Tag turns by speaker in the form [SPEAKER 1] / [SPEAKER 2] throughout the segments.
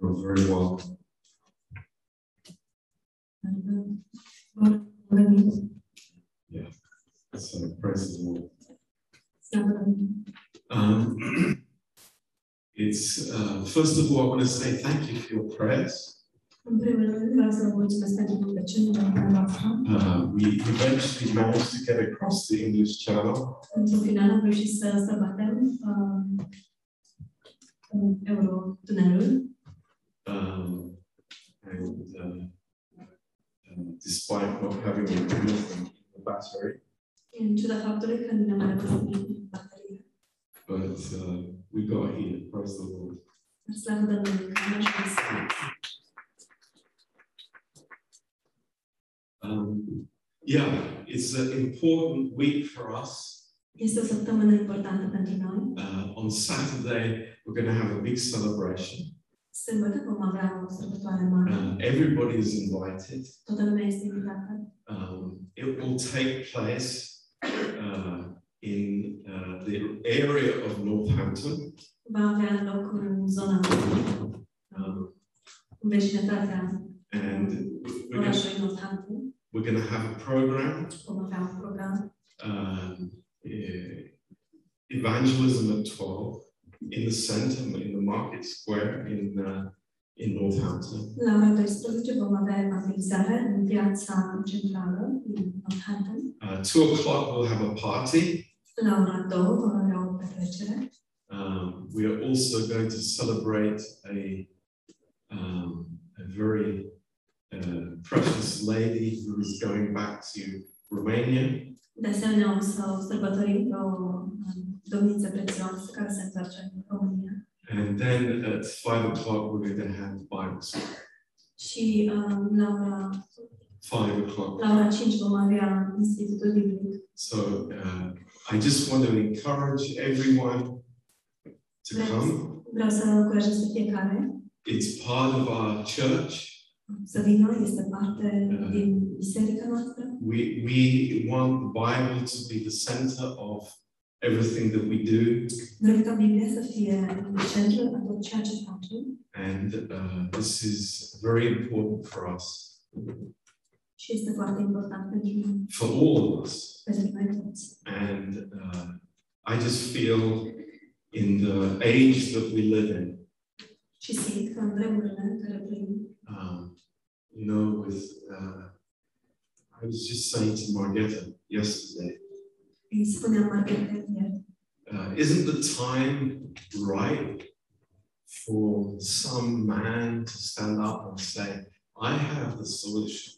[SPEAKER 1] know very well. So the price is low. Um, It's, uh, first of all, I want to say thank you for your prayers.
[SPEAKER 2] În primul rând, vreau să vă mulțumesc pentru rugăciunile dumneavoastră.
[SPEAKER 1] Uh, We eventually managed to get across the English Channel.
[SPEAKER 2] Într-un final am reușit să, să batem uh, um, Eurotunelul
[SPEAKER 1] um, And uh, um, despite not having a real battery,
[SPEAKER 2] în ciuda faptului că nu ne-am mai rămas din baterie.
[SPEAKER 1] but uh, we got here, praise the Lord.
[SPEAKER 2] Dar slavă Domnului că am ajuns.
[SPEAKER 1] Um, Yeah, it's an important week for us.
[SPEAKER 2] Este o săptămână importantă pentru noi.
[SPEAKER 1] Uh, on Saturday, we're going to have a big celebration.
[SPEAKER 2] Sâmbătă vom avea o sărbătoare mare.
[SPEAKER 1] Uh, everybody is invited.
[SPEAKER 2] Toată lumea este invitată.
[SPEAKER 1] Um, it will take place uh, in uh, the area of Northampton.
[SPEAKER 2] Va avea loc în zona
[SPEAKER 1] Um,
[SPEAKER 2] în vecinătatea
[SPEAKER 1] and we're going,
[SPEAKER 2] orașului Northampton.
[SPEAKER 1] we're going to have a program
[SPEAKER 2] Vom avea un program
[SPEAKER 1] um, eh, evangelism at 12 in the center, in the market square in, uh, in Northampton.
[SPEAKER 2] La ora 12 vom avea evangelizare în piața centrală din Northampton.
[SPEAKER 1] Uh, two o'clock, we'll have a party.
[SPEAKER 2] La ora 2 vom avea o petrecere.
[SPEAKER 1] Um, we are also going to celebrate a, um, a very uh, precious lady who is going back to Romania.
[SPEAKER 2] De asemenea, o să sărbătorim pe o um, domniță prețioasă care se întoarce în România.
[SPEAKER 1] And then at five o'clock, we're going to have the Bible school.
[SPEAKER 2] Și um, la, ora,
[SPEAKER 1] Five o'clock.
[SPEAKER 2] la ora 5 vom avea Institutul Biblic.
[SPEAKER 1] So uh, I just want to encourage everyone to come.
[SPEAKER 2] Vreau să încurajez pe fiecare
[SPEAKER 1] It's part of our church.
[SPEAKER 2] să vină, este parte din biserica noastră.
[SPEAKER 1] We, we want the Bible to be the center of everything that we do.
[SPEAKER 2] Vrem ca Biblia să fie în centrul a tot ceea ce facem.
[SPEAKER 1] And uh, this is very important for us,
[SPEAKER 2] Și este foarte important pentru noi,
[SPEAKER 1] for all of us.
[SPEAKER 2] pentru noi toți.
[SPEAKER 1] And uh, I just feel in the age that we live in,
[SPEAKER 2] Și simt că în vremurile în care trăim,
[SPEAKER 1] um, you know, with, uh, I was just saying to Margetta yesterday,
[SPEAKER 2] îi spuneam Margaret ieri,
[SPEAKER 1] uh, isn't the time right for some man to stand up and say, I have the solution?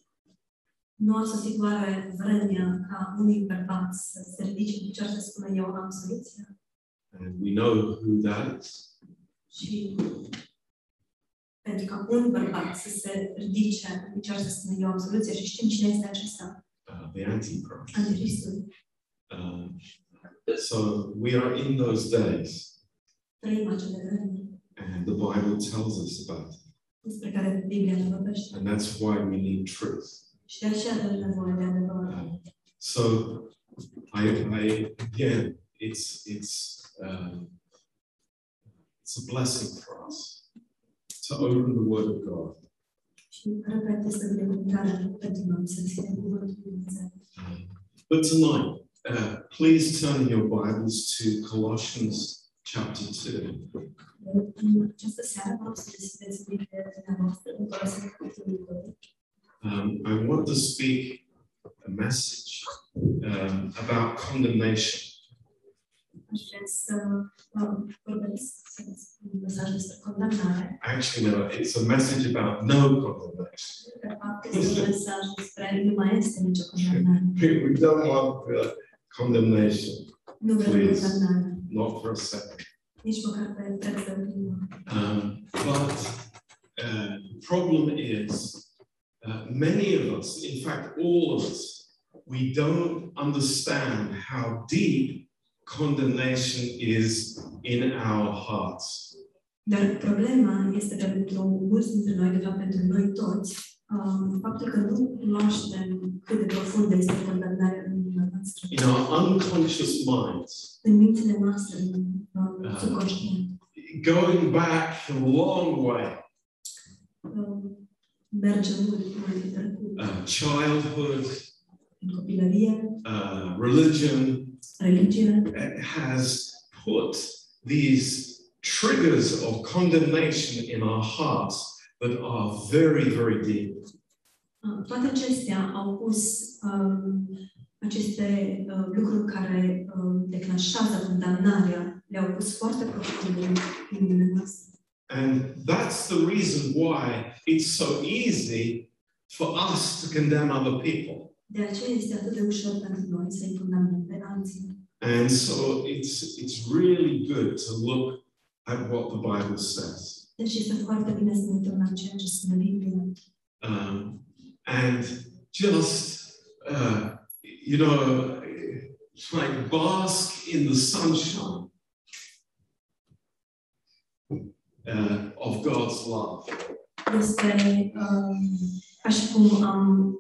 [SPEAKER 2] nu a sosit oare vremea ca unui bărbat să se ridice în picioare să spună eu am soluția?
[SPEAKER 1] And we know who that is.
[SPEAKER 2] Și pentru ca un bărbat să se ridice în picioare să spună eu am soluția și știm cine este acesta,
[SPEAKER 1] uh, the Antichrist.
[SPEAKER 2] Antichristul.
[SPEAKER 1] Um, so we are in those days,
[SPEAKER 2] Trăim acele vremi
[SPEAKER 1] and the Bible tells us about it.
[SPEAKER 2] despre care Biblia ne vorbește.
[SPEAKER 1] And that's why we need truth.
[SPEAKER 2] Și de aceea avem nevoie de adevăr.
[SPEAKER 1] Uh, so I, I again, it's it's um, it's a blessing for us to open the Word of God.
[SPEAKER 2] Și repet, este o binecuvântare pentru noi să deschidem cuvântul lui Dumnezeu.
[SPEAKER 1] Um, but tonight, uh, please turn your Bibles to Colossians chapter two.
[SPEAKER 2] În această seară vreau să deschideți Biblia dumneavoastră în Coloseni capitolul 2.
[SPEAKER 1] Um, I want to speak a message um, about condemnation.
[SPEAKER 2] Aș vrea să vă vorbesc, să vă spun un mesaj despre condamnare.
[SPEAKER 1] Actually, no, it's a message about no condemnation.
[SPEAKER 2] De fapt, este un mesaj despre nu mai este nicio condamnare.
[SPEAKER 1] We we don't want uh, condemnation,
[SPEAKER 2] Nu vrem
[SPEAKER 1] Please.
[SPEAKER 2] condamnare,
[SPEAKER 1] not for a second.
[SPEAKER 2] nici măcar pe prețul primul.
[SPEAKER 1] Um, but uh, the problem is, uh, many of us, in fact, all of us, we don't understand how deep condemnation is in our hearts.
[SPEAKER 2] Dar problema este că pentru mulți dintre noi, de fapt pentru noi toți, um, faptul că nu cunoaștem cât de profundă este condamnarea în inima noastră.
[SPEAKER 1] In our unconscious minds,
[SPEAKER 2] în mințile noastre, în um, subconștient.
[SPEAKER 1] going back a long way
[SPEAKER 2] um, merge mult mai în trecut,
[SPEAKER 1] uh, childhood,
[SPEAKER 2] în copilărie,
[SPEAKER 1] uh, religion
[SPEAKER 2] religie,
[SPEAKER 1] uh, has put these triggers of condemnation in our hearts that are very, very deep.
[SPEAKER 2] Uh, Toate acestea au pus um, aceste uh, lucruri care um, declanșează condamnarea, le-au pus foarte profund în inimile noastre.
[SPEAKER 1] And that's the reason why it's so easy for us to condemn other people.
[SPEAKER 2] De aceea este atât de ușor pentru noi să-i condamnăm pe alții.
[SPEAKER 1] And so it's, it's really good to look at what the Bible says.
[SPEAKER 2] Deci este foarte bine să ne uităm la ceea ce spune Biblia.
[SPEAKER 1] Um, and just, uh, you know, like bask in the sunshine uh, of God's love.
[SPEAKER 2] Este um, ca și cum am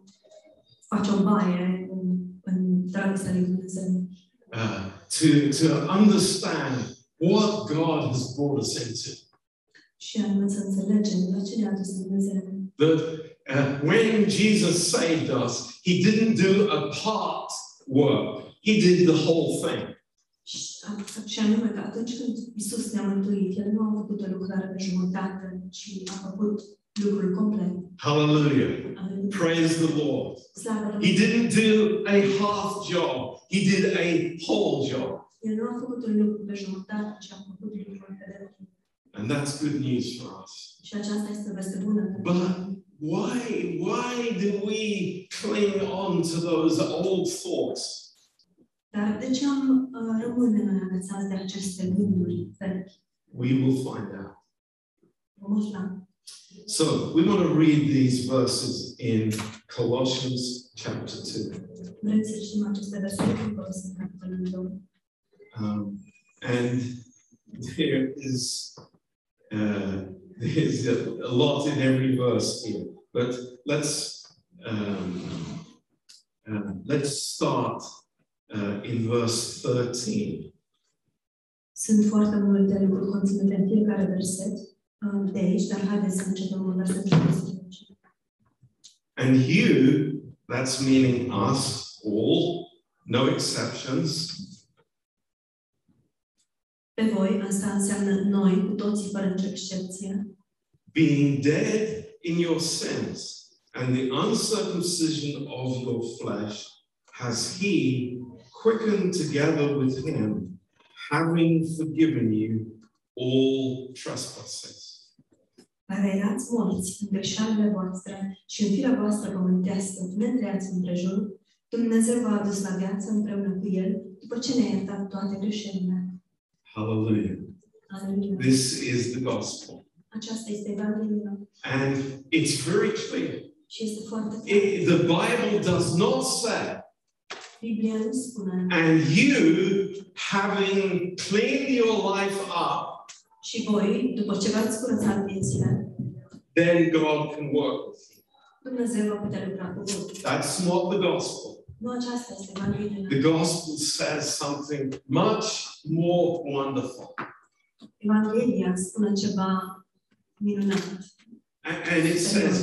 [SPEAKER 2] face o baie în, în dragostea lui Dumnezeu.
[SPEAKER 1] uh, to, to understand what God has brought us into.
[SPEAKER 2] Și anume să înțelegem la ce ne-a dus Dumnezeu.
[SPEAKER 1] That uh, when Jesus saved us, he didn't do a part work, he did the whole thing.
[SPEAKER 2] Și a- Și anume că atunci când Isus ne-a mântuit, El nu a făcut o lucrare pe jumătate, ci a făcut lucrul complet.
[SPEAKER 1] Hallelujah.
[SPEAKER 2] Aleluia.
[SPEAKER 1] Praise the Lord.
[SPEAKER 2] Slavă Domnului!
[SPEAKER 1] He didn't do a half job, he did a whole job.
[SPEAKER 2] El nu a făcut un lucru pe jumătate, ci a făcut lucrul pe deplin.
[SPEAKER 1] And that's good news for us.
[SPEAKER 2] Și aceasta este o veste bună. pentru
[SPEAKER 1] Ba-
[SPEAKER 2] noi.
[SPEAKER 1] Why, why do we cling on to those old thoughts?
[SPEAKER 2] Dar de ce am uh, rămâne noi agățați de aceste gânduri? vechi?
[SPEAKER 1] We will find out.
[SPEAKER 2] Vom afla.
[SPEAKER 1] So we want to read these verses in Colossians chapter 2.
[SPEAKER 2] Vrem să știm aceste versete care sunt capitolul 2.
[SPEAKER 1] Um, and there is, uh, there's a, a lot in every verse here, but let's, um, uh, let's start uh, in verse 13.
[SPEAKER 2] Sunt foarte multe lucruri conținute în fiecare verset uh, de aici, dar haideți să începem cu versetul 16.
[SPEAKER 1] And you, that's meaning us all, no exceptions,
[SPEAKER 2] Pe voi, asta înseamnă noi, cu toții, fără nicio excepție,
[SPEAKER 1] being dead in your sins and the uncircumcision of your flesh has he quickened together with him having forgiven you all trespasses
[SPEAKER 2] care erați morți în greșelile voastre și în firea voastră pământească, netreați împrejur, Dumnezeu v-a adus la viață împreună cu El, după ce ne-a iertat toate greșelile.
[SPEAKER 1] hallelujah
[SPEAKER 2] Aleluia!
[SPEAKER 1] this is the gospel
[SPEAKER 2] Aceasta este Evanghelia
[SPEAKER 1] and it's very clear
[SPEAKER 2] și este foarte clară.
[SPEAKER 1] It- the bible does not say
[SPEAKER 2] Biblia nu spune
[SPEAKER 1] and you having cleaned your life up
[SPEAKER 2] și voi, după ce v-ați curățat viețile,
[SPEAKER 1] then god can work with you
[SPEAKER 2] Dumnezeu va putea lucra cu voi.
[SPEAKER 1] that's not the gospel
[SPEAKER 2] Nu aceasta este Evanghelia.
[SPEAKER 1] The gospel says something much more wonderful.
[SPEAKER 2] Evanghelia spune ceva minunat.
[SPEAKER 1] A- And it says,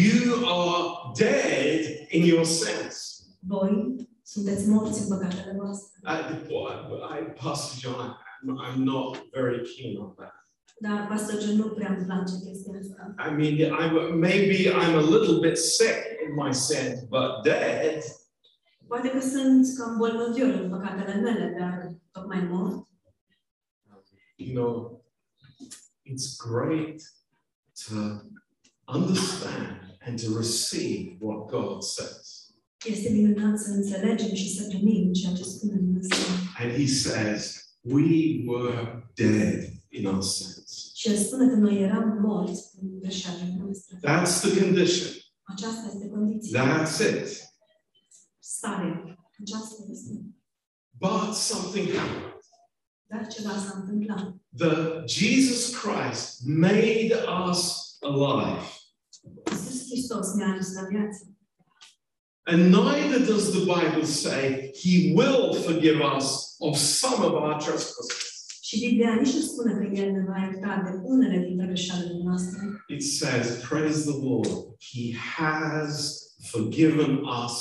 [SPEAKER 1] You are dead in your sins.
[SPEAKER 2] Voi sunteți morți în păcatele voastre.
[SPEAKER 1] I, well, I, I- Pastor John, I'm, I'm not very keen on that.
[SPEAKER 2] Dar, pastor, John, nu prea îmi place chestia asta.
[SPEAKER 1] I mean, I'm, maybe I'm a little bit sick in my sin, but dead,
[SPEAKER 2] Poate că sunt cam bolnăvior în păcatele mele, dar tocmai mort.
[SPEAKER 1] you know, it's great to understand and to receive what God says.
[SPEAKER 2] Este minunat să înțelegem și să primim ceea ce spune Dumnezeu.
[SPEAKER 1] And he says, We were dead in our sins.
[SPEAKER 2] Și El spune că noi eram morți în greșelile noastre.
[SPEAKER 1] That's the condition.
[SPEAKER 2] Aceasta este condiția.
[SPEAKER 1] That's it.
[SPEAKER 2] Starea. Aceasta este.
[SPEAKER 1] But something happened.
[SPEAKER 2] Dar ceva s-a întâmplat.
[SPEAKER 1] The Jesus Christ made us alive.
[SPEAKER 2] Iisus Hristos ne-a adus la viață.
[SPEAKER 1] And neither does the Bible say he will forgive us of some of our trespasses.
[SPEAKER 2] Și Și Biblia nici nu spune că El ne va ierta de unele dintre greșelile noastre,
[SPEAKER 1] It says, Praise the Lord, He has forgiven us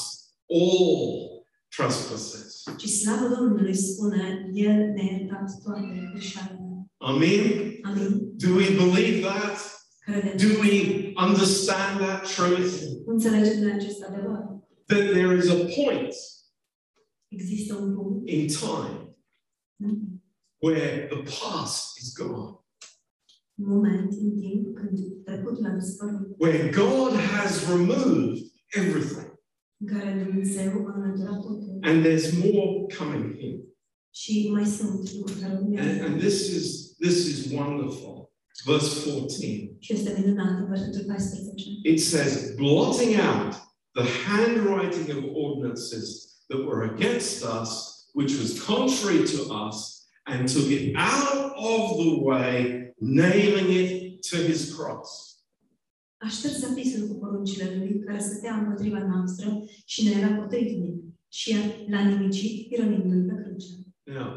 [SPEAKER 1] all trespasses.
[SPEAKER 2] ci slavă Domnului spune, El ne-a iertat toate greșelile.
[SPEAKER 1] Amen.
[SPEAKER 2] Amin?
[SPEAKER 1] Do we believe that?
[SPEAKER 2] Credem.
[SPEAKER 1] Do we understand that truth?
[SPEAKER 2] Înțelegem de acest adevăr.
[SPEAKER 1] That there is a point
[SPEAKER 2] Există un punct
[SPEAKER 1] in time
[SPEAKER 2] un
[SPEAKER 1] where the past is gone,
[SPEAKER 2] moment în timp când trecutul a dispărut,
[SPEAKER 1] where God has removed everything,
[SPEAKER 2] în care Dumnezeu a înlăturat totul.
[SPEAKER 1] and there's more coming in.
[SPEAKER 2] Și mai sunt lucruri care
[SPEAKER 1] And,
[SPEAKER 2] urmează.
[SPEAKER 1] and this is this is wonderful. Verse 14.
[SPEAKER 2] Și este minunat, versetul 14.
[SPEAKER 1] It says, blotting out the handwriting of ordinances that were against us, which was contrary to us, and took it out of the way, nailing it to his cross.
[SPEAKER 2] Aștept să apisul cu poruncile lui care stătea împotriva noastră și ne era potrivnic. Și l-a nimicit ironindu-l pe cruce.
[SPEAKER 1] Now,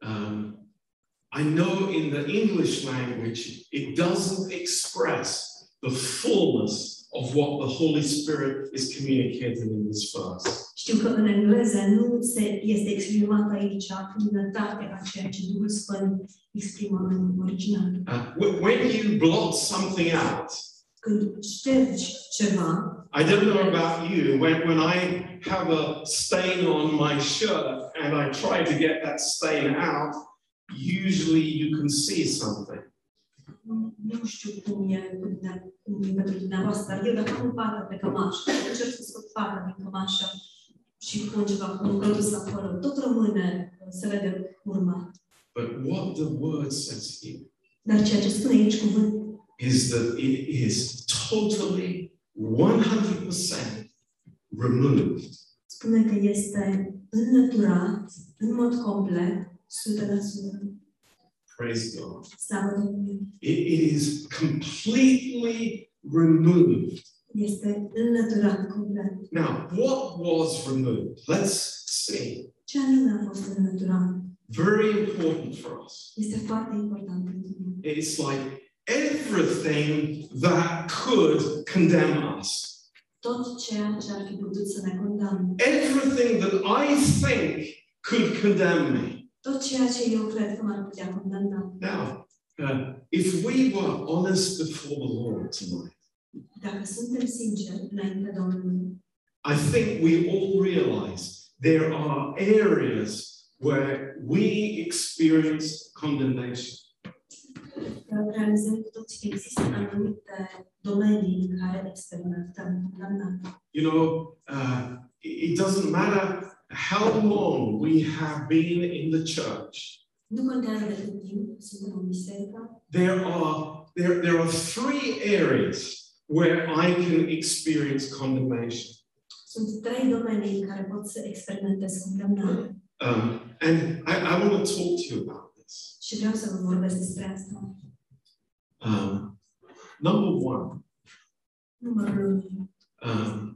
[SPEAKER 1] um, I know in the English language, it doesn't express the fullness of what the Holy Spirit is communicating in this verse.
[SPEAKER 2] Știu că în engleză nu se este exprimat aici plinătatea a ceea ce Duhul Sfânt exprimă în original.
[SPEAKER 1] Uh, wh- when you blot something out,
[SPEAKER 2] Când ștergi ceva,
[SPEAKER 1] I don't know about you, when, when I have a stain on my shirt and I try to get that stain out, usually you can see something.
[SPEAKER 2] nu, nu știu cum e, cum e- cum e pentru dumneavoastră, dar eu dacă am pată pe cămașă, încerc să scot pata din cămașă și pun ceva cu un produs acolo, tot rămâne, se vede urma.
[SPEAKER 1] But what the word says here
[SPEAKER 2] Dar ceea ce spune aici cuvânt
[SPEAKER 1] is that it is totally 100% removed.
[SPEAKER 2] spune că este înnăturat în mod complet, 100%.
[SPEAKER 1] Praise God.
[SPEAKER 2] Slavă Domnului!
[SPEAKER 1] It is completely removed.
[SPEAKER 2] Este înlăturat complet.
[SPEAKER 1] Now, what was removed? Let's see.
[SPEAKER 2] Ce anume a fost înlăturat?
[SPEAKER 1] Very important for us.
[SPEAKER 2] Este foarte important pentru mine.
[SPEAKER 1] It's like everything that could condemn us,
[SPEAKER 2] Tot ceea ce ar fi putut să ne condamne
[SPEAKER 1] everything that I think could condemn me.
[SPEAKER 2] tot ceea ce eu cred că m-ar putea condamna.
[SPEAKER 1] Now, uh, if we were honest before the Lord tonight,
[SPEAKER 2] Dacă suntem sinceri înainte Domnului,
[SPEAKER 1] I think we all realize there are areas where we experience condemnation.
[SPEAKER 2] că realizăm cu toții că există anumite domenii în care experimentăm condamnare.
[SPEAKER 1] You know, uh, it it doesn't matter how long we have been in the church.
[SPEAKER 2] Nu contează de cât timp suntem în biserică,
[SPEAKER 1] There are there, there are three areas where I can experience condemnation.
[SPEAKER 2] sunt trei domenii în care pot să experimentez condamnare.
[SPEAKER 1] Um, and I, I want to talk to you about this.
[SPEAKER 2] Și vreau să vă vorbesc despre asta.
[SPEAKER 1] Um, number one,
[SPEAKER 2] Numărul 1.
[SPEAKER 1] um,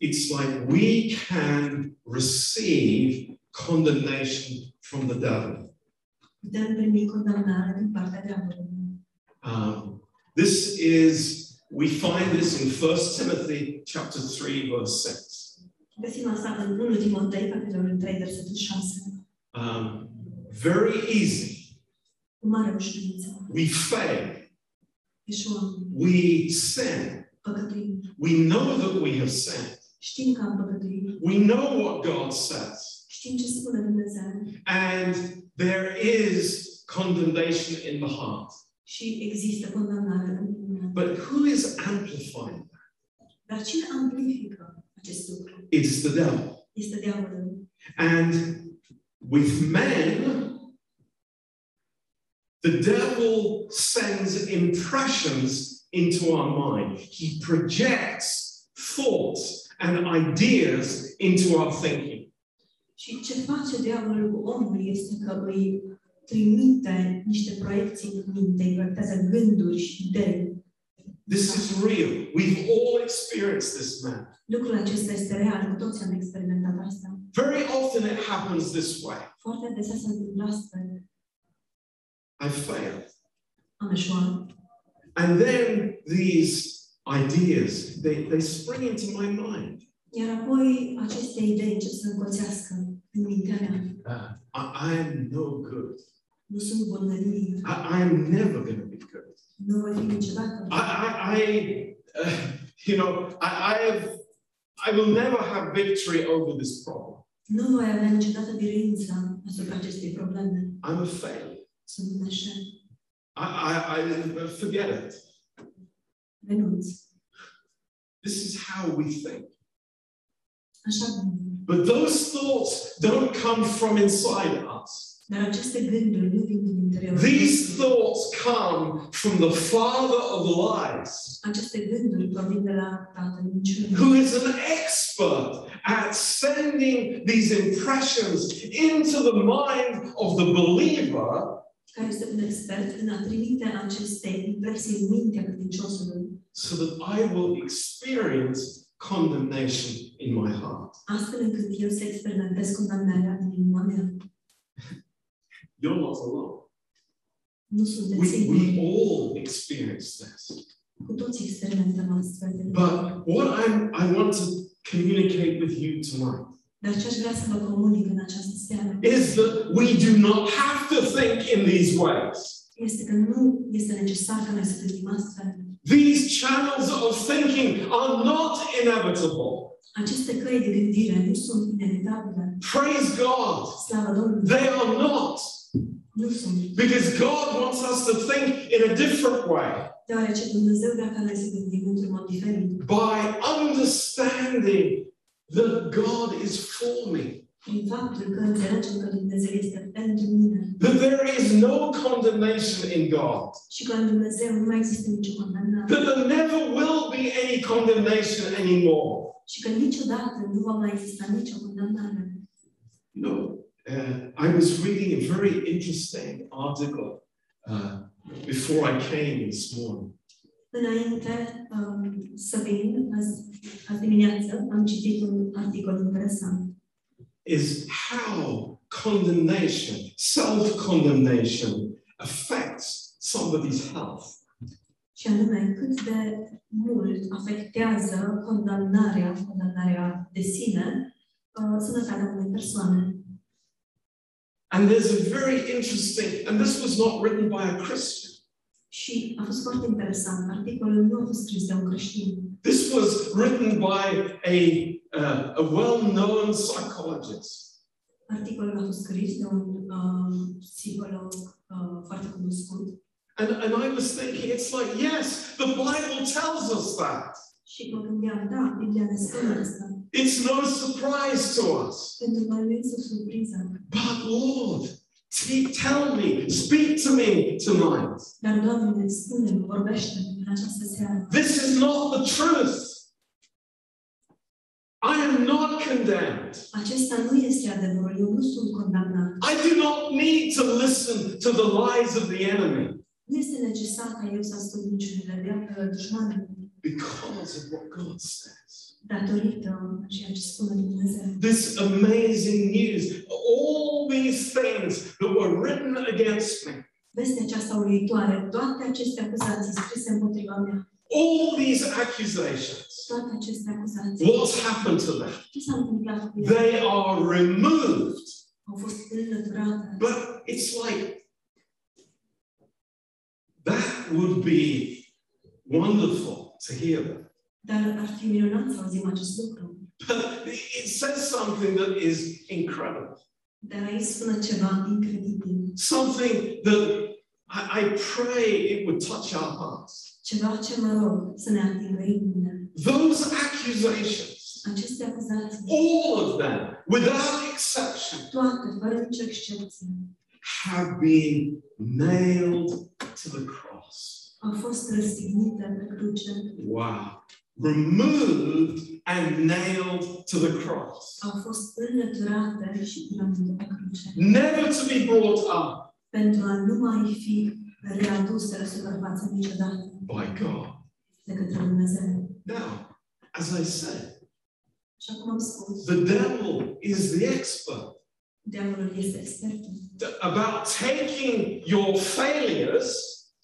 [SPEAKER 1] it's like we can receive condemnation from the devil.
[SPEAKER 2] Putem primi condamnare din partea diavolului.
[SPEAKER 1] Um, this is, we find this in 1 Timothy chapter 3, verse 6.
[SPEAKER 2] Găsim asta în 1 Timotei, capitolul 3, versetul 6.
[SPEAKER 1] Um, very easy.
[SPEAKER 2] Cu mare ușurință.
[SPEAKER 1] We fail,
[SPEAKER 2] Eșuăm,
[SPEAKER 1] we sin,
[SPEAKER 2] păcătuim.
[SPEAKER 1] we know that we have sinned,
[SPEAKER 2] Știm că am păcătuit,
[SPEAKER 1] we know what God says,
[SPEAKER 2] știm ce spune Dumnezeu
[SPEAKER 1] and there is condemnation in the heart.
[SPEAKER 2] și există condamnare în lume.
[SPEAKER 1] But who is amplifying
[SPEAKER 2] Dar cine amplifică acest lucru?
[SPEAKER 1] It's the devil.
[SPEAKER 2] Este diavolul.
[SPEAKER 1] And with men, the devil sends impressions into our mind. He projects thoughts and ideas into our thinking.
[SPEAKER 2] Și ce face diavolul cu omul este că îi trimite niște proiecții în minte, îi proiectează gânduri și idei.
[SPEAKER 1] This is real. We've all experienced this man.
[SPEAKER 2] Lucrul acesta este real, cu toți am experimentat asta.
[SPEAKER 1] Very often it happens this way.
[SPEAKER 2] Foarte adesea se întâmplă astfel.
[SPEAKER 1] I failed.
[SPEAKER 2] am eșuat.
[SPEAKER 1] And then these ideas, they, they spring into my mind.
[SPEAKER 2] Iar apoi aceste idei încep să încolțească în mintea mea.
[SPEAKER 1] Uh, I, I am no good.
[SPEAKER 2] Nu sunt bună de nimic.
[SPEAKER 1] I, I am never going to be good.
[SPEAKER 2] Nu voi fi niciodată.
[SPEAKER 1] I, I, I uh, you know, I, I have, I will never have victory over this problem.
[SPEAKER 2] Nu voi avea niciodată biruința asupra acestei probleme.
[SPEAKER 1] I'm a failure.
[SPEAKER 2] Sunt un eșec.
[SPEAKER 1] I, I, I forget it.
[SPEAKER 2] Renunț.
[SPEAKER 1] This is how we think.
[SPEAKER 2] Așa gândim.
[SPEAKER 1] But those thoughts don't come from inside us.
[SPEAKER 2] Dar aceste gânduri nu vin din interior.
[SPEAKER 1] These thoughts come from the father of lies,
[SPEAKER 2] Aceste gânduri provin de la tatăl minciunii,
[SPEAKER 1] who is an expert at sending these impressions into the mind of the believer
[SPEAKER 2] care este un expert în a trimite aceste impresii în mintea credinciosului,
[SPEAKER 1] so that I will experience condemnation in my heart.
[SPEAKER 2] astfel încât eu să experimentez condamnarea din inima mea.
[SPEAKER 1] You're not alone.
[SPEAKER 2] Nu sunt de
[SPEAKER 1] We,
[SPEAKER 2] singur.
[SPEAKER 1] we all experience this.
[SPEAKER 2] Cu toții experimentăm astfel de lucruri.
[SPEAKER 1] But what I'm, I want to communicate with you tonight.
[SPEAKER 2] Dar ce aș vrea să vă comunic în această seară
[SPEAKER 1] is that we do not have to think in these ways.
[SPEAKER 2] este că nu este necesar ca noi să gândim astfel.
[SPEAKER 1] These channels of thinking are not inevitable.
[SPEAKER 2] Aceste căi de gândire nu sunt inevitabile.
[SPEAKER 1] Praise God.
[SPEAKER 2] Slavă Domnului!
[SPEAKER 1] They are not,
[SPEAKER 2] Nu sunt.
[SPEAKER 1] because God wants us to think in a different way
[SPEAKER 2] Deoarece Dumnezeu vrea ca noi să gândim într-un mod diferit.
[SPEAKER 1] by understanding that God is for me,
[SPEAKER 2] prin faptul că înțelegem că Dumnezeu este pentru mine
[SPEAKER 1] that there is no condemnation in God,
[SPEAKER 2] și că în Dumnezeu nu mai există nicio condamnare
[SPEAKER 1] that there never will be any condemnation anymore.
[SPEAKER 2] și că niciodată nu va mai exista nicio condamnare.
[SPEAKER 1] You know, uh, I was reading a very interesting article uh, before I came this morning.
[SPEAKER 2] Înainte um, să vin azi, azi dimineață, am citit un articol interesant
[SPEAKER 1] Is how condemnation, self condemnation, affects somebody's health.
[SPEAKER 2] și anume cât de mult afectează condamnarea, condamnarea de sine, uh, sănătatea unei persoane.
[SPEAKER 1] And there's a very interesting, and this was not written by a Christian.
[SPEAKER 2] Și a fost foarte interesant. Articolul nu a fost scris de un creștin,
[SPEAKER 1] This was written by a, uh, a well known psychologist.
[SPEAKER 2] Articolul a fost scris de un uh, psiholog uh, foarte cunoscut
[SPEAKER 1] And, and I was thinking, it's like, yes, the Bible tells us that.
[SPEAKER 2] și mă gândeam, da, Biblia ne spune asta.
[SPEAKER 1] It's no surprise to us.
[SPEAKER 2] Pentru noi nu este o surpriză.
[SPEAKER 1] But Lord, te- tell me, speak to me tonight.
[SPEAKER 2] Dar, Doamne, spune vorbește în această seară.
[SPEAKER 1] This is not the truth. I am not condemned.
[SPEAKER 2] Acesta nu este adevărul, eu nu sunt condamnat.
[SPEAKER 1] I do not need to listen to the lies of the enemy
[SPEAKER 2] Nu este necesar ca eu să ascult niciunile de uh, dușmanului
[SPEAKER 1] because of what God says.
[SPEAKER 2] datorită a ceea ce spune Dumnezeu.
[SPEAKER 1] This amazing news, all these things that were written against me,
[SPEAKER 2] Vestea aceasta uluitoare, toate aceste acuzații scrise împotriva mea,
[SPEAKER 1] all these accusations,
[SPEAKER 2] toate aceste acuzații,
[SPEAKER 1] what's happened to them?
[SPEAKER 2] ce s-a întâmplat cu ele?
[SPEAKER 1] They are removed.
[SPEAKER 2] Au fost înlăturate.
[SPEAKER 1] But it's like that would be wonderful to hear that.
[SPEAKER 2] Dar ar fi minunat să auzim acest lucru.
[SPEAKER 1] But it says something that is incredible,
[SPEAKER 2] Dar aici spune ceva incredibil.
[SPEAKER 1] something that I, I pray it would touch our hearts.
[SPEAKER 2] Ceva ce mă rog să ne atingă inimile.
[SPEAKER 1] Those accusations,
[SPEAKER 2] Aceste acuzații,
[SPEAKER 1] all of them, without exception,
[SPEAKER 2] toate, fără nicio excepție,
[SPEAKER 1] have been nailed to the cross.
[SPEAKER 2] au fost răstignite pe cruce,
[SPEAKER 1] Wow. Removed and nailed to the cross.
[SPEAKER 2] au fost înlăturate și plămite pe cruce,
[SPEAKER 1] never to be brought up
[SPEAKER 2] pentru a nu mai fi readuse la suprafață niciodată
[SPEAKER 1] by God.
[SPEAKER 2] de către Dumnezeu.
[SPEAKER 1] Now, as I said,
[SPEAKER 2] Și acum am spus,
[SPEAKER 1] the devil is the expert
[SPEAKER 2] Diavolul este expert
[SPEAKER 1] d- about taking your failures.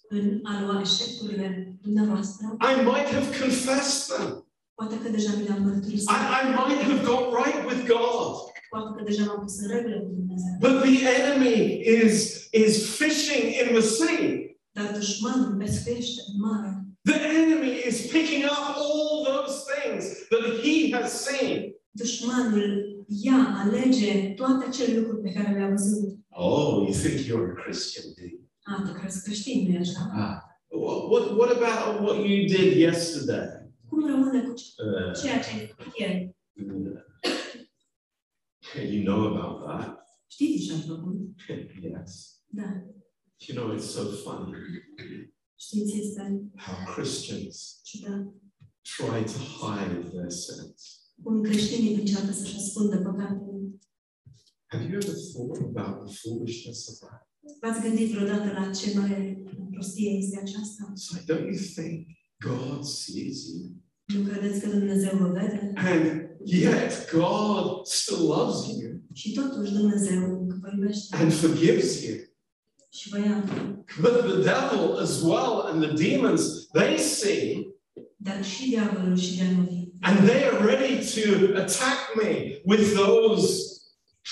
[SPEAKER 2] în a lua eșecurile dumneavoastră.
[SPEAKER 1] I might have confessed them.
[SPEAKER 2] Poate că deja mi le-am mărturisit,
[SPEAKER 1] I, I might have got right with God.
[SPEAKER 2] poate că deja m-am pus în regulă cu Dumnezeu.
[SPEAKER 1] But the enemy is, is fishing in the sea.
[SPEAKER 2] Dar dușmanul pescuiește în mare.
[SPEAKER 1] The enemy is picking up all those things that he has seen.
[SPEAKER 2] Dușmanul ia, alege toate acele lucruri pe care le-a văzut.
[SPEAKER 1] Oh, you think you're a Christian, do you?
[SPEAKER 2] A, tu crezi creștin, nu-i așa?
[SPEAKER 1] Ah, what, what, what about what you did yesterday?
[SPEAKER 2] Cum rămâne cu ce-
[SPEAKER 1] Uh,
[SPEAKER 2] ceea ce ai făcut ieri?
[SPEAKER 1] you know about
[SPEAKER 2] Știi ce ai făcut?
[SPEAKER 1] that? yes.
[SPEAKER 2] Da.
[SPEAKER 1] You know, it's so funny
[SPEAKER 2] Știți, este
[SPEAKER 1] how Christians
[SPEAKER 2] ciudat.
[SPEAKER 1] try to hide their sins.
[SPEAKER 2] Cum creștinii încearcă să-și ascundă păcatele.
[SPEAKER 1] Have you ever thought about the foolishness of that?
[SPEAKER 2] V-ați gândit vreodată la ce mare prostie este aceasta?
[SPEAKER 1] It's like, don't you think God sees you?
[SPEAKER 2] Nu credeți că Dumnezeu vă vede?
[SPEAKER 1] And yet God still loves you
[SPEAKER 2] Și totuși Dumnezeu că vă iubește
[SPEAKER 1] and forgives you.
[SPEAKER 2] și vă iartă.
[SPEAKER 1] But the devil as well and the demons, they see
[SPEAKER 2] Dar și diavolul și diavolii
[SPEAKER 1] And they are ready to attack me with those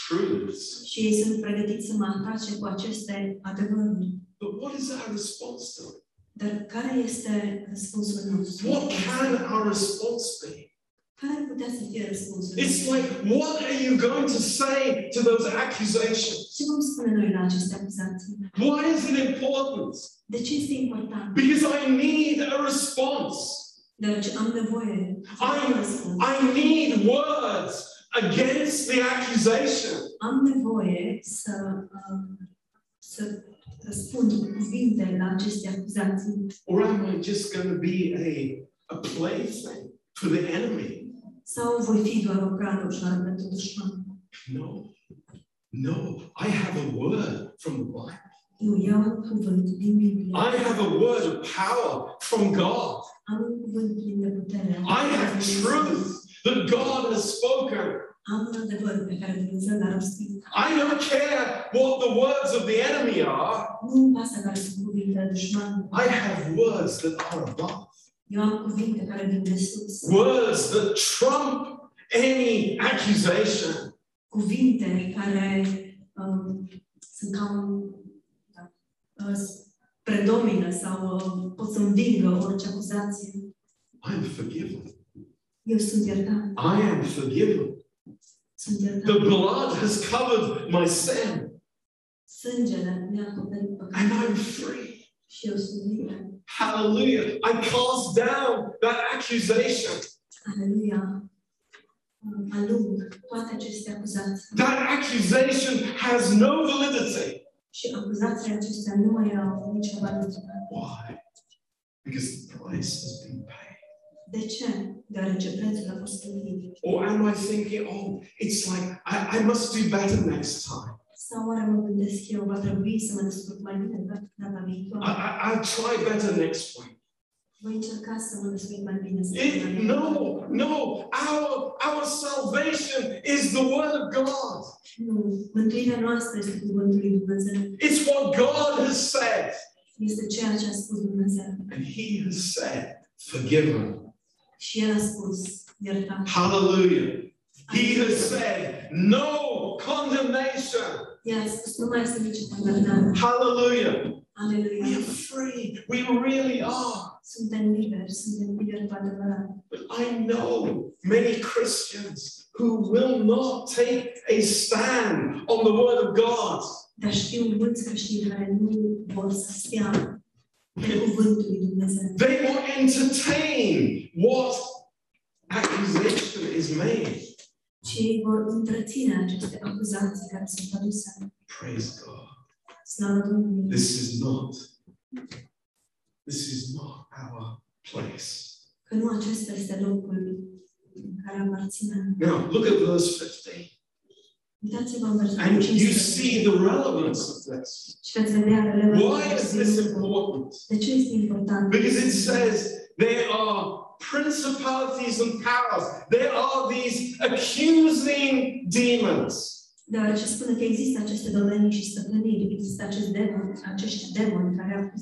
[SPEAKER 1] truths.
[SPEAKER 2] și ei sunt pregătiți să mă atace cu aceste adevăruri.
[SPEAKER 1] But what is our response to it?
[SPEAKER 2] Dar care este răspunsul nostru?
[SPEAKER 1] What can our response be?
[SPEAKER 2] Care putea să fie răspunsul?
[SPEAKER 1] It's like, what are you going to say to those accusations?
[SPEAKER 2] Ce vom spune noi la aceste acuzații?
[SPEAKER 1] Why is it important?
[SPEAKER 2] De ce este important?
[SPEAKER 1] Because I need a response.
[SPEAKER 2] Dar ce am nevoie să
[SPEAKER 1] Ai-
[SPEAKER 2] am răspuns.
[SPEAKER 1] I need words against the accusation.
[SPEAKER 2] Am nevoie să, um, să răspund cu cuvinte la aceste acuzații
[SPEAKER 1] Or am I just going to be a, a plaything for the enemy?
[SPEAKER 2] sau voi fi doar o prană ușoară pentru dușman.
[SPEAKER 1] No, no, I have a word from the Bible.
[SPEAKER 2] Eu iau un cuvânt din Biblie.
[SPEAKER 1] I have a word of power from God.
[SPEAKER 2] Am un cuvânt plin de putere.
[SPEAKER 1] I have truth that God has spoken.
[SPEAKER 2] Am un adevăr pe care Dumnezeu l-a rostit.
[SPEAKER 1] I don't care what the words of the enemy are.
[SPEAKER 2] Nu îmi pasă care sunt cuvintele dușmanului.
[SPEAKER 1] I have words that are above,
[SPEAKER 2] Eu am cuvinte care vin de sus.
[SPEAKER 1] words that trump any accusation.
[SPEAKER 2] Cuvinte care um, sunt ca un... Da, uh, predomină sau uh, pot să învingă orice acuzație.
[SPEAKER 1] I'm forgiven.
[SPEAKER 2] Eu sunt iertat.
[SPEAKER 1] I am forgiven.
[SPEAKER 2] Sunt iertat.
[SPEAKER 1] The blood has covered my sin,
[SPEAKER 2] Sângele mi-a acoperit
[SPEAKER 1] and
[SPEAKER 2] păcatul
[SPEAKER 1] I'm free.
[SPEAKER 2] și eu sunt liber.
[SPEAKER 1] Hallelujah. I cast down that accusation.
[SPEAKER 2] Aleluia! Alung toate aceste acuzații.
[SPEAKER 1] That accusation has no validity.
[SPEAKER 2] Și acuzațiile acestea nu mai au nicio valoare.
[SPEAKER 1] Why? Because the price has been paid.
[SPEAKER 2] De ce? Deoarece prețul a fost plătit.
[SPEAKER 1] Or am I thinking, oh, it's like, I, I must do better next time.
[SPEAKER 2] Sau oare mă gândesc eu, va trebui să mă descurc mai bine data- data viitoare?
[SPEAKER 1] I, I, I'll try better next week.
[SPEAKER 2] Voi încerca să mă descurc mai bine. să
[SPEAKER 1] It-
[SPEAKER 2] fiu mai bine.
[SPEAKER 1] no, no, our, our salvation is the word of God.
[SPEAKER 2] Nu. Mântuirea noastră este cuvântul lui Dumnezeu.
[SPEAKER 1] It's what God has said.
[SPEAKER 2] Este ceea ce a spus Dumnezeu.
[SPEAKER 1] And he has said, forgiven.
[SPEAKER 2] Și El a spus, Adică, iertat.
[SPEAKER 1] Hallelujah. He has said, No condemnation.
[SPEAKER 2] El a spus, nu mai este nicio condamnare.
[SPEAKER 1] Hallelujah. We
[SPEAKER 2] Aleluia!
[SPEAKER 1] are free. We really are.
[SPEAKER 2] Suntem liberi, suntem liberi cu adevărat.
[SPEAKER 1] But I know many Christians who will not take a stand on the word of God.
[SPEAKER 2] Dar știu mulți creștini care nu vor să stea pe cuvântul lui Dumnezeu.
[SPEAKER 1] They will entertain what accusation is made.
[SPEAKER 2] Și ei vor întreține aceste acuzații care sunt aduse.
[SPEAKER 1] Praise God.
[SPEAKER 2] Slavă Domnului!
[SPEAKER 1] This is not, this is not our place.
[SPEAKER 2] Că nu acesta este locul în care aparținem.
[SPEAKER 1] Now, look at verse 15.
[SPEAKER 2] Uitați-vă în versetul
[SPEAKER 1] And you
[SPEAKER 2] 15
[SPEAKER 1] see the relevance of this.
[SPEAKER 2] și veți vedea relevanța
[SPEAKER 1] Why is this
[SPEAKER 2] acestui lucru.
[SPEAKER 1] important?
[SPEAKER 2] De ce este important?
[SPEAKER 1] Because it says there are principalities and powers, there are these accusing demons.
[SPEAKER 2] deoarece spune că există aceste domenii și stăpâniri, există acest demon, acești demoni care au pus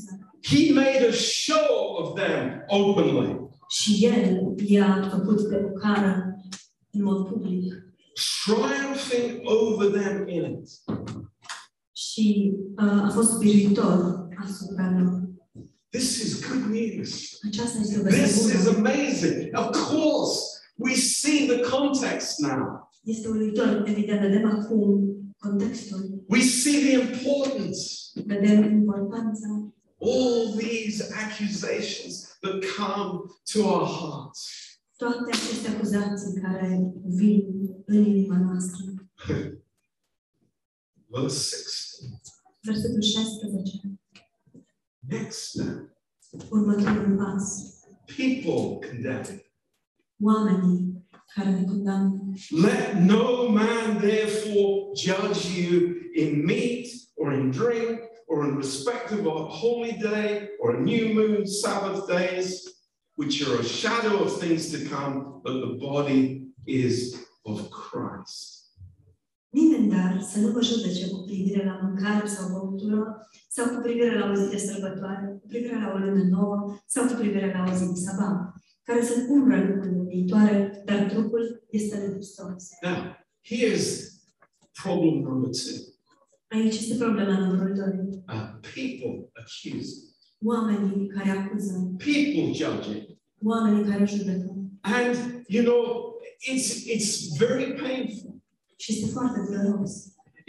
[SPEAKER 1] He made a show of them openly,
[SPEAKER 2] Și el i-a făcut pe o cară în mod public
[SPEAKER 1] triumphing over them in it.
[SPEAKER 2] și uh, a fost biruitor asupra lor.
[SPEAKER 1] This is good news.
[SPEAKER 2] Aceasta este o
[SPEAKER 1] This
[SPEAKER 2] veste
[SPEAKER 1] is
[SPEAKER 2] bună.
[SPEAKER 1] amazing. Of course, we see the context now.
[SPEAKER 2] Este uluitor, evident, vedem acum contextul,
[SPEAKER 1] We see the importance.
[SPEAKER 2] vedem importanța,
[SPEAKER 1] All these accusations that come to our hearts.
[SPEAKER 2] toate aceste acuzații care vin în inima noastră.
[SPEAKER 1] Verse 16.
[SPEAKER 2] Versetul 16,
[SPEAKER 1] Next step.
[SPEAKER 2] următorul pas.
[SPEAKER 1] People condemn.
[SPEAKER 2] Oamenii care ne condamnă.
[SPEAKER 1] Let no man therefore judge you in meat or in drink or in respect of a holy day or a new moon, Sabbath days, which are a shadow of things to come, but the body is of Christ.
[SPEAKER 2] Nimeni dar să nu vă judece cu privire la mâncare sau băutură, sau cu privire la o zi de sărbătoare, cu privire la o lună nouă, sau cu privire la o zi de sabat, care să umbră lucrurile viitoare, dar trupul este de Hristos.
[SPEAKER 1] Now, here's problem number two
[SPEAKER 2] Aici este problema numărul 2.
[SPEAKER 1] uh, people accusing,
[SPEAKER 2] Oamenii care acuză,
[SPEAKER 1] people judging.
[SPEAKER 2] oamenii care judecă.
[SPEAKER 1] And, you know, it's, it's very painful.
[SPEAKER 2] Și este foarte dureros.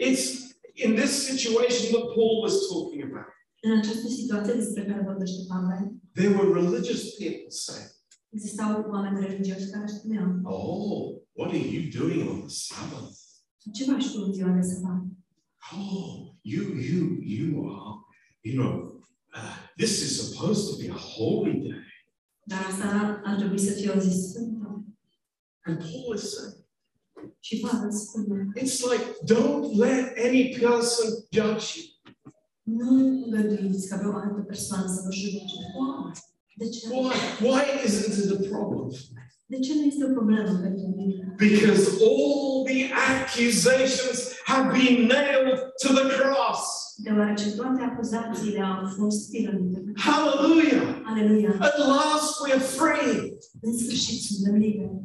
[SPEAKER 1] It's in this situation that Paul was talking about.
[SPEAKER 2] În această situație despre care vorbește Pavel,
[SPEAKER 1] There were religious people saying,
[SPEAKER 2] existau oameni religioși care spuneau,
[SPEAKER 1] Oh, what are you doing on the Sabbath?
[SPEAKER 2] ce faci tu în ziua de sabat?
[SPEAKER 1] Oh, you, you, you are, you know, uh, this is supposed to be a holy day.
[SPEAKER 2] Dar asta ar trebui să fie o zi sfântă.
[SPEAKER 1] And Paul is saying,
[SPEAKER 2] Și Pavel spune,
[SPEAKER 1] It's like, don't let any person judge you.
[SPEAKER 2] nu îngăduiți ca vreo altă persoană să vă judece. De ce?
[SPEAKER 1] Why? Why isn't it a problem?
[SPEAKER 2] De ce nu este o problemă pentru mine?
[SPEAKER 1] Because all the accusations have been nailed to the cross.
[SPEAKER 2] Deoarece toate acuzațiile au fost stilănite.
[SPEAKER 1] Hallelujah.
[SPEAKER 2] Aleluia!
[SPEAKER 1] At last we're free.
[SPEAKER 2] În sfârșit suntem liberi.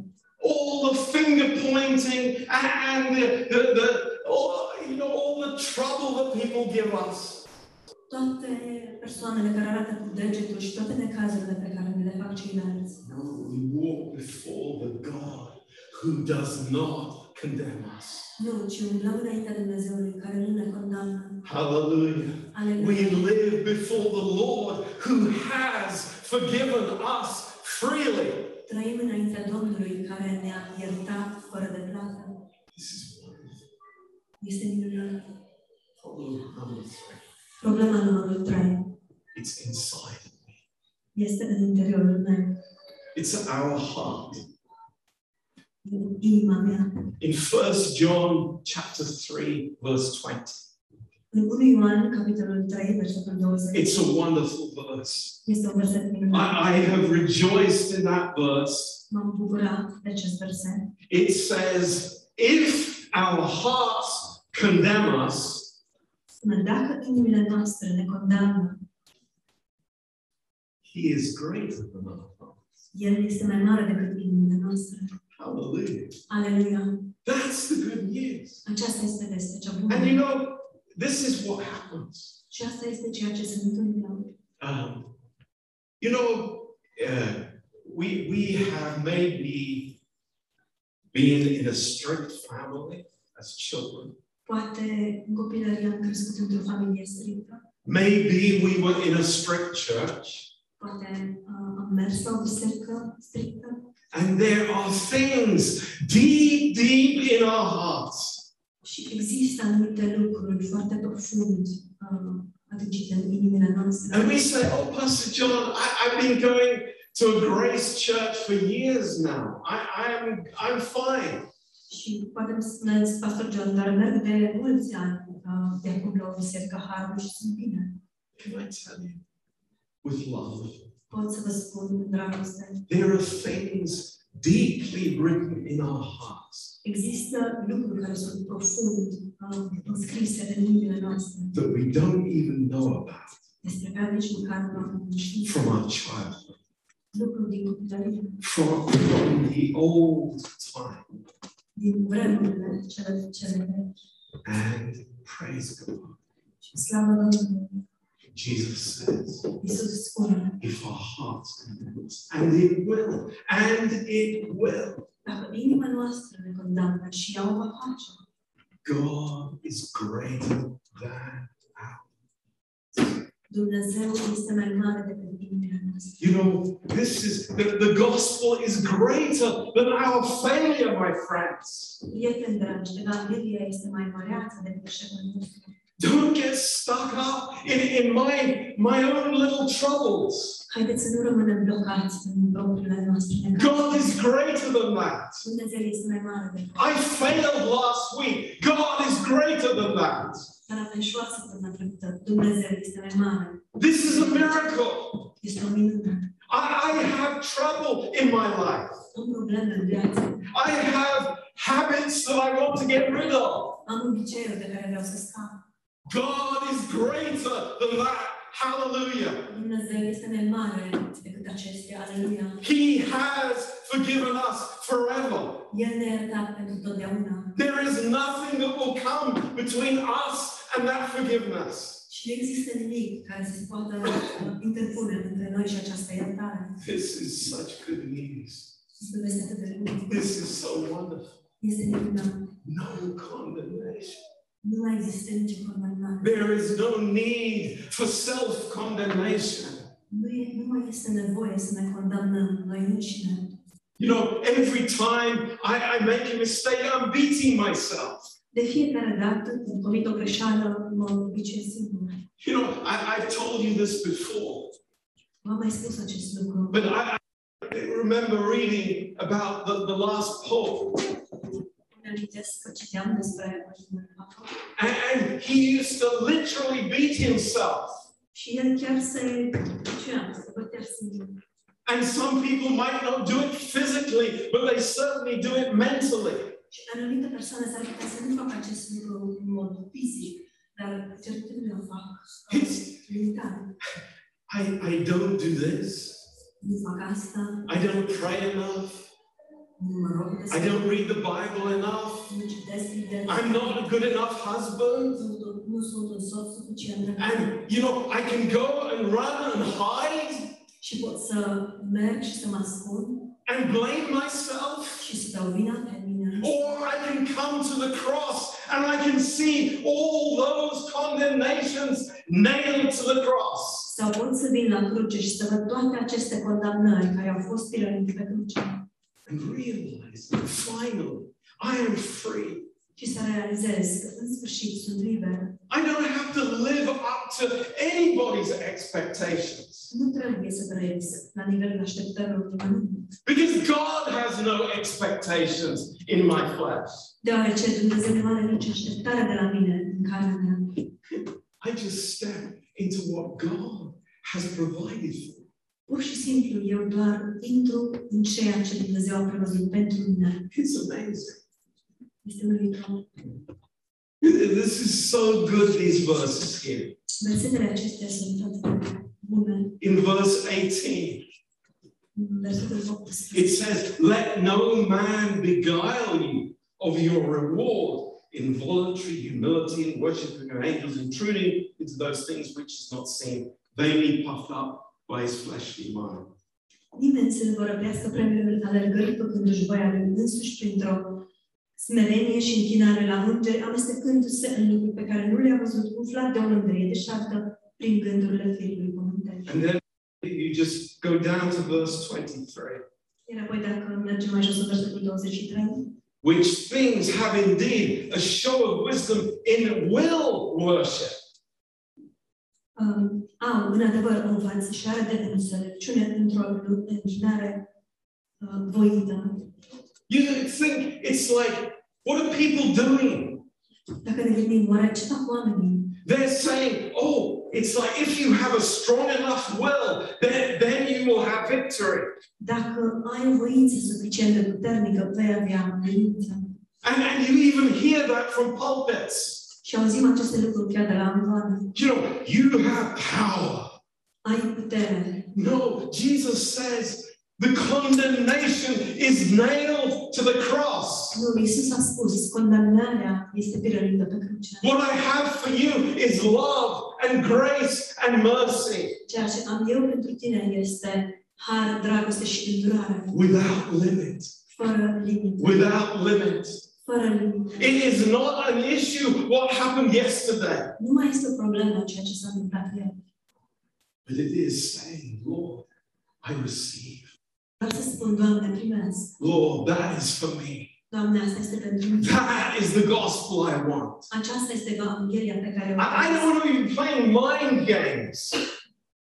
[SPEAKER 1] All the finger pointing and the, the, the all, you know, all the trouble that people give us.
[SPEAKER 2] Toate persoanele care arată cu degetul și toate necazurile pe care ne le fac ceilalți.
[SPEAKER 1] No, we walk before the God who does not condemn us.
[SPEAKER 2] Nu, ci umblăm înaintea Dumnezeului care nu ne condamnă.
[SPEAKER 1] Hallelujah. We
[SPEAKER 2] Aleluia!
[SPEAKER 1] live before the Lord who has forgiven us freely.
[SPEAKER 2] Trăim înaintea Domnului care ne-a iertat fără de plată.
[SPEAKER 1] This is wonderful.
[SPEAKER 2] Este minunat.
[SPEAKER 1] Problem number three.
[SPEAKER 2] Problema numărul 3.
[SPEAKER 1] It's inside.
[SPEAKER 2] este în interiorul meu,
[SPEAKER 1] It's our heart.
[SPEAKER 2] în inima mea.
[SPEAKER 1] In 1 John chapter 3, verse 20.
[SPEAKER 2] În 1 Ioan, capitolul 3, versetul 20,
[SPEAKER 1] It's a wonderful verse.
[SPEAKER 2] este un verset minunat.
[SPEAKER 1] I, I have rejoiced in that verse.
[SPEAKER 2] M-am bucurat de acest verset.
[SPEAKER 1] It says, if our hearts condemn us,
[SPEAKER 2] Spune, dacă inimile noastre ne condamnă,
[SPEAKER 1] he is greater than our heart.
[SPEAKER 2] El este mai mare decât inimile noastre.
[SPEAKER 1] Hallelujah.
[SPEAKER 2] Aleluia!
[SPEAKER 1] That's the good news.
[SPEAKER 2] Aceasta este vestea cea
[SPEAKER 1] And you
[SPEAKER 2] bună.
[SPEAKER 1] know, this is what happens.
[SPEAKER 2] Și asta este ceea ce se întâmplă.
[SPEAKER 1] Um, you know, uh, we, we have maybe been in a strict family as children.
[SPEAKER 2] Poate în copilărie am crescut într-o familie strictă,
[SPEAKER 1] Maybe we were in a strict church,
[SPEAKER 2] poate uh, am mers la o biserică strictă
[SPEAKER 1] and there are things deep, deep in our hearts
[SPEAKER 2] și există anumite lucruri foarte profund uh, adâncite în inimile noastre.
[SPEAKER 1] And we say, Oh, Pastor John, I, I've been going to a grace church for years now. I, I'm, I'm fine.
[SPEAKER 2] Și poate îmi spuneți, Pastor John, dar merg de mulți ani uh, de acum la o biserică Harul și sunt bine.
[SPEAKER 1] Can I tell you? With love,
[SPEAKER 2] Pot să vă spun în dragoste,
[SPEAKER 1] there are things deeply written in our hearts
[SPEAKER 2] Există lucruri care sunt profund uh, înscrise în inimile noastre,
[SPEAKER 1] that we don't even know about
[SPEAKER 2] despre care nici măcar nu am ști
[SPEAKER 1] from our childhood,
[SPEAKER 2] lucruri din copilărie,
[SPEAKER 1] from, from the old time.
[SPEAKER 2] din vremurile cele, cele vechi.
[SPEAKER 1] And praise God.
[SPEAKER 2] Și slavă Domnului!
[SPEAKER 1] Jesus says,
[SPEAKER 2] Iisus spune,
[SPEAKER 1] if our hearts condemn us, and it will, and it will,
[SPEAKER 2] dacă inima noastră ne condamnă și ea o va face,
[SPEAKER 1] God is greater than.
[SPEAKER 2] Dumnezeu este mai mare decât inimile noastre.
[SPEAKER 1] You know, this is the, the gospel is greater than our failure, my friends.
[SPEAKER 2] Prieteni dragi, Evanghelia este mai măreață decât șeful nostru.
[SPEAKER 1] Don't get stuck up in, in my, my own little troubles.
[SPEAKER 2] Haideți să nu rămânem blocați în locurile noastre.
[SPEAKER 1] God is greater than that.
[SPEAKER 2] Dumnezeu este mai mare decât
[SPEAKER 1] I failed last week. God is greater than that.
[SPEAKER 2] dar am ieșuat săptămâna trecută. Dumnezeu este mai mare.
[SPEAKER 1] This is a miracle.
[SPEAKER 2] Este o minune.
[SPEAKER 1] I, I have trouble in my life.
[SPEAKER 2] Am probleme în viață.
[SPEAKER 1] I have habits that I want to get rid of.
[SPEAKER 2] Am obiceiuri de care vreau să scap.
[SPEAKER 1] God is greater than that. Hallelujah.
[SPEAKER 2] Dumnezeu este mai mare decât acestea. Aleluia.
[SPEAKER 1] He has forgiven us forever.
[SPEAKER 2] El ne-a iertat pentru totdeauna.
[SPEAKER 1] There is nothing that will come between us and that forgiveness.
[SPEAKER 2] Și nu există nimic care să se poată uh, interpune între noi și această iertare.
[SPEAKER 1] This is such good news.
[SPEAKER 2] Este o veste atât de bună.
[SPEAKER 1] This is so wonderful.
[SPEAKER 2] Este minunat.
[SPEAKER 1] No condemnation.
[SPEAKER 2] Nu mai există nicio condamnare.
[SPEAKER 1] There is no need for self condemnation.
[SPEAKER 2] Nu, e, nu mai este nevoie să ne condamnăm noi înșine.
[SPEAKER 1] You know, every time I, I make a mistake, I'm beating myself.
[SPEAKER 2] De fiecare dată când comit o greșeală, mă obicei singur.
[SPEAKER 1] You know, I, I've told you this before,
[SPEAKER 2] V-am mai spus acest lucru.
[SPEAKER 1] but I, I remember reading about the, the last pope,
[SPEAKER 2] Îmi amintesc că citeam despre ultimul papă
[SPEAKER 1] and, and he used to literally beat himself.
[SPEAKER 2] și el chiar se ducea, se bătea singur.
[SPEAKER 1] And some people might not do it physically, but they certainly do it mentally.
[SPEAKER 2] Și anumite persoane s-ar putea să nu facă acest lucru în mod fizic, dar certitudine o fac. Limitat.
[SPEAKER 1] I, I don't do this.
[SPEAKER 2] Nu fac asta,
[SPEAKER 1] I don't pray enough.
[SPEAKER 2] nu mă rog
[SPEAKER 1] I
[SPEAKER 2] despre
[SPEAKER 1] don't read the Bible enough.
[SPEAKER 2] nu citesc de
[SPEAKER 1] I'm not a good enough husband.
[SPEAKER 2] nu sunt un soț suficient de
[SPEAKER 1] And, you know, I can go and run and hide
[SPEAKER 2] și pot să merg și să mă ascund
[SPEAKER 1] and blame myself.
[SPEAKER 2] și să dau vina pe mine.
[SPEAKER 1] Or I can come to the cross and I can see all those condemnations nailed to the cross.
[SPEAKER 2] Sau pot să vin la cruce și să văd toate aceste condamnări care au fost pilonite pe cruce
[SPEAKER 1] And realize, finally, I am free.
[SPEAKER 2] și să realizez că în sfârșit sunt liber.
[SPEAKER 1] I don't have to live up to anybody's expectations
[SPEAKER 2] Nu trebuie să trăiesc la nivelul așteptărilor nimănui,
[SPEAKER 1] because God has no expectations in my flesh.
[SPEAKER 2] deoarece Dumnezeu nu are nicio așteptare de la mine în care mea.
[SPEAKER 1] I just step into what God has provided for. me.
[SPEAKER 2] Pur și simplu eu doar intru în ceea ce Dumnezeu a prevăzut pentru mine.
[SPEAKER 1] It's amazing.
[SPEAKER 2] Este uimitor.
[SPEAKER 1] This is so good, these verses here.
[SPEAKER 2] Versetele acestea sunt atât de bune.
[SPEAKER 1] In verse 18,
[SPEAKER 2] Versetul 18.
[SPEAKER 1] It says, Let no man beguile you of your reward in voluntary humility and worshiping of angels, intruding into those things which is not seen, vainly puffed up by his fleshly mind.
[SPEAKER 2] Nimeni să nu vă răpească premiul alergării făcându-și voia lui însuși printr-o smerenie și închinare la îngeri, amestecându-se în lucruri pe care nu le-a văzut, umflat de o mândrie deșartă prin gândurile firului pământești.
[SPEAKER 1] And then you just go down to verse 23.
[SPEAKER 2] Iar apoi, dacă mergem mai jos în versetul 23,
[SPEAKER 1] Which things have indeed a show of wisdom in will worship,
[SPEAKER 2] um, au, în adevăr, o înfățișare de înțelepciune într-o închinare uh, voită.
[SPEAKER 1] you think it's like, what are people doing?
[SPEAKER 2] Dacă ne gândim, oare ce fac oamenii?
[SPEAKER 1] They're saying, oh, it's like if you have a strong enough will, then, then you will have victory.
[SPEAKER 2] Dacă ai o voință suficient de puternică, vei avea înaintea.
[SPEAKER 1] And, and you even hear that from pulpits.
[SPEAKER 2] Și auzim aceste lucruri chiar de la Anvan.
[SPEAKER 1] You know, you have power.
[SPEAKER 2] Ai putere.
[SPEAKER 1] No, Jesus says the condemnation is nailed to the cross.
[SPEAKER 2] Domnul Iisus a spus, condamnarea este pielărită pe cruce.
[SPEAKER 1] What I have for you is love and grace and mercy
[SPEAKER 2] Ceea ce am eu pentru tine este har, dragoste și îndurare,
[SPEAKER 1] without limit.
[SPEAKER 2] fără limite.
[SPEAKER 1] Without limit.
[SPEAKER 2] Fără limite.
[SPEAKER 1] It is not an issue what happened yesterday,
[SPEAKER 2] Nu mai este o problemă ceea ce s-a întâmplat ieri.
[SPEAKER 1] but it is saying, Lord, I receive.
[SPEAKER 2] Vreau să spun, Doamne, primesc.
[SPEAKER 1] Lord, that is for me.
[SPEAKER 2] Doamne, asta este pentru mine.
[SPEAKER 1] That is the gospel I want.
[SPEAKER 2] Aceasta este Evanghelia pe
[SPEAKER 1] I,
[SPEAKER 2] care o
[SPEAKER 1] I
[SPEAKER 2] doresc.
[SPEAKER 1] don't want to be playing mind games.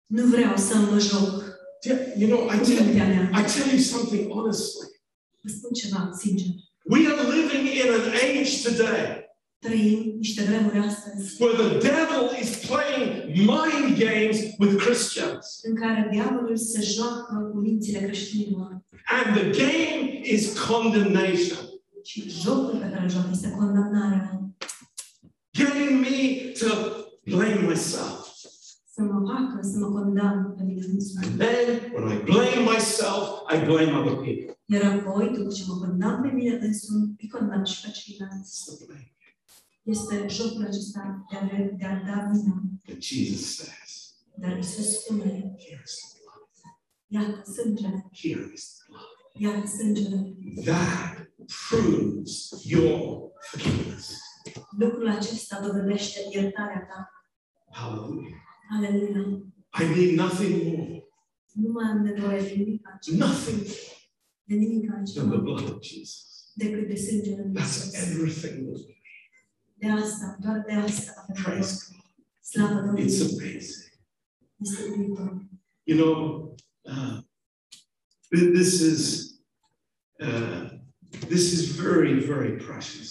[SPEAKER 2] Nu vreau să mă joc
[SPEAKER 1] Yeah, You know, I
[SPEAKER 2] cu
[SPEAKER 1] tell,
[SPEAKER 2] mintea mea.
[SPEAKER 1] I tell you something honestly.
[SPEAKER 2] Vă spun ceva, sincer.
[SPEAKER 1] We are living in an age today
[SPEAKER 2] Trăim niște vremuri astăzi
[SPEAKER 1] where the devil is playing mind games with Christians.
[SPEAKER 2] în care diavolul se joacă cu mințile creștinilor
[SPEAKER 1] And the game is condemnation.
[SPEAKER 2] și jocul pe care îl joacă este condamnarea.
[SPEAKER 1] Getting me to blame myself.
[SPEAKER 2] Să mă facă, să mă condamn pe mine însumi.
[SPEAKER 1] And then when I blame myself, I blame other people.
[SPEAKER 2] Iar apoi, după ce mă condamn pe mine însumi, îi condamn și pe ceilalți.
[SPEAKER 1] It's the blame
[SPEAKER 2] Este jocul acesta de a, de a da vina.
[SPEAKER 1] that Jesus says.
[SPEAKER 2] Dar Iisus spune,
[SPEAKER 1] Here is the blood.
[SPEAKER 2] iată sângele,
[SPEAKER 1] Here is the blood.
[SPEAKER 2] iată sângele.
[SPEAKER 1] That proves your forgiveness.
[SPEAKER 2] Lucrul acesta dovedește iertarea ta.
[SPEAKER 1] Hallelujah.
[SPEAKER 2] Aleluia!
[SPEAKER 1] I need nothing more,
[SPEAKER 2] Nu mai am nevoie de nimic altceva,
[SPEAKER 1] nothing
[SPEAKER 2] de nimic
[SPEAKER 1] than the
[SPEAKER 2] altceva
[SPEAKER 1] blood of Jesus.
[SPEAKER 2] decât de sângele lui
[SPEAKER 1] That's
[SPEAKER 2] Iisus.
[SPEAKER 1] everything. Lord.
[SPEAKER 2] De asta, doar de asta avem nevoie.
[SPEAKER 1] Praise
[SPEAKER 2] Slavă
[SPEAKER 1] God.
[SPEAKER 2] Domnului!
[SPEAKER 1] It's amazing.
[SPEAKER 2] Este uitor.
[SPEAKER 1] You know, uh, th- this is uh, this is very very precious.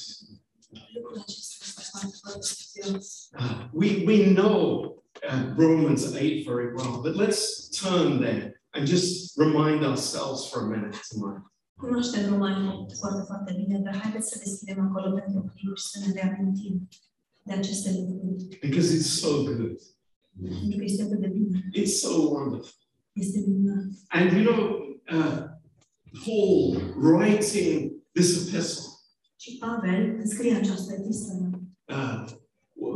[SPEAKER 2] Lucrul acesta este foarte prețios.
[SPEAKER 1] Uh, we we know uh, Romans eight very well, but let's turn there and just remind ourselves for a minute tonight.
[SPEAKER 2] Cunoaștem Romani 8 foarte, foarte bine, dar haideți să deschidem acolo pentru primul și să ne reamintim de aceste lucruri.
[SPEAKER 1] because it's so good.
[SPEAKER 2] Pentru că este atât de bine.
[SPEAKER 1] It's so wonderful.
[SPEAKER 2] Este minunat.
[SPEAKER 1] And you know, uh, Paul writing this epistle,
[SPEAKER 2] Și Pavel scrie această epistolă.
[SPEAKER 1] uh,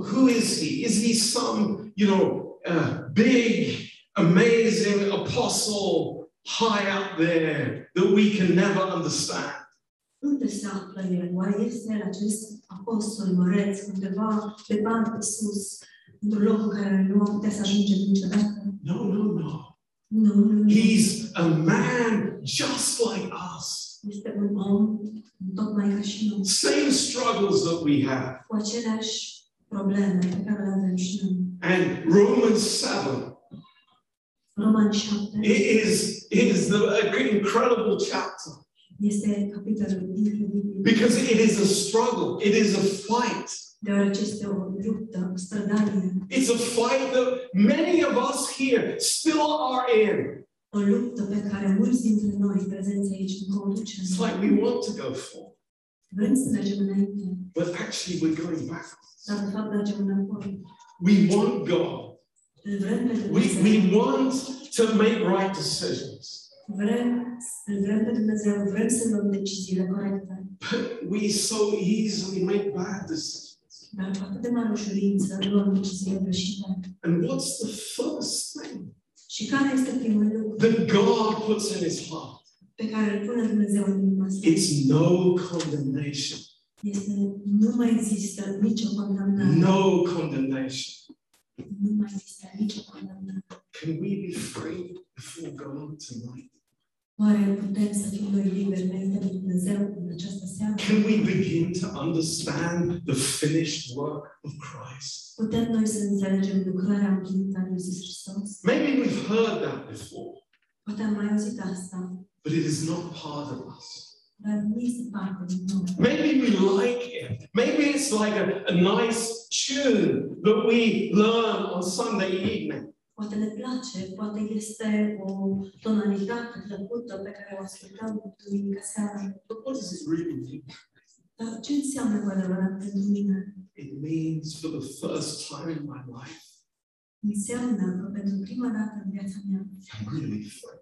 [SPEAKER 1] who is he? Is he some, you know, uh, big, amazing apostle high up there that we can never understand?
[SPEAKER 2] Unde se află el? Oare este el acest apostol măreț undeva departe de sus, într-un loc în care nu am putea să ajungem niciodată?
[SPEAKER 1] No, no, no.
[SPEAKER 2] Nu, nu, nu.
[SPEAKER 1] He's a man just like us.
[SPEAKER 2] Este un om tocmai ca și noi,
[SPEAKER 1] Same struggles that we have.
[SPEAKER 2] cu aceleași probleme pe care le avem și noi.
[SPEAKER 1] And Romans 7
[SPEAKER 2] Roman 7
[SPEAKER 1] It is, it is the a incredible chapter
[SPEAKER 2] este capitolul incredibil,
[SPEAKER 1] because it is a struggle, it is a fight.
[SPEAKER 2] deoarece este o luptă, o strădanie,
[SPEAKER 1] It's a fight that many of us here still are in.
[SPEAKER 2] o luptă pe care mulți dintre noi prezenți aici încă o ducem.
[SPEAKER 1] It's like we want to go forward,
[SPEAKER 2] Vrem să mergem înainte,
[SPEAKER 1] but actually we're going backwards.
[SPEAKER 2] dar de fapt mergem înapoi.
[SPEAKER 1] We want God.
[SPEAKER 2] Îl vrem pe
[SPEAKER 1] We,
[SPEAKER 2] Dumnezeu.
[SPEAKER 1] we want to make right decisions.
[SPEAKER 2] Vrem, îl vrem pe Dumnezeu, vrem să luăm deciziile corecte,
[SPEAKER 1] We so easily make bad decisions.
[SPEAKER 2] dar cu atât de mare ușurință luăm deciziile greșite.
[SPEAKER 1] And what's the first thing
[SPEAKER 2] Și care este primul lucru
[SPEAKER 1] that God puts in his heart?
[SPEAKER 2] pe care îl pune Dumnezeu în inima sa?
[SPEAKER 1] It's no condemnation.
[SPEAKER 2] Este nu mai există nicio condamnare.
[SPEAKER 1] No condemnation.
[SPEAKER 2] Nu mai există nicio condamnare.
[SPEAKER 1] Can we be free before God tonight?
[SPEAKER 2] Oare putem să fim noi liberi înainte de Dumnezeu în această seară?
[SPEAKER 1] Can we begin to understand the finished work of Christ?
[SPEAKER 2] Putem noi să înțelegem lucrarea împlinită a lui Iisus Hristos?
[SPEAKER 1] Maybe we've heard that before,
[SPEAKER 2] Poate am mai auzit asta,
[SPEAKER 1] but it is not part of us.
[SPEAKER 2] dar nu este parte din noi.
[SPEAKER 1] Maybe we like it. Maybe it's like a, a nice tune that we learn on Sunday evening.
[SPEAKER 2] Poate ne place, poate este o tonalitate plăcută pe care o ascultăm duminica seara.
[SPEAKER 1] But what does it really mean?
[SPEAKER 2] Dar ce înseamnă cu adevărat pentru mine?
[SPEAKER 1] It means for the first time in my life,
[SPEAKER 2] Înseamnă că pentru prima dată în viața mea
[SPEAKER 1] I'm really free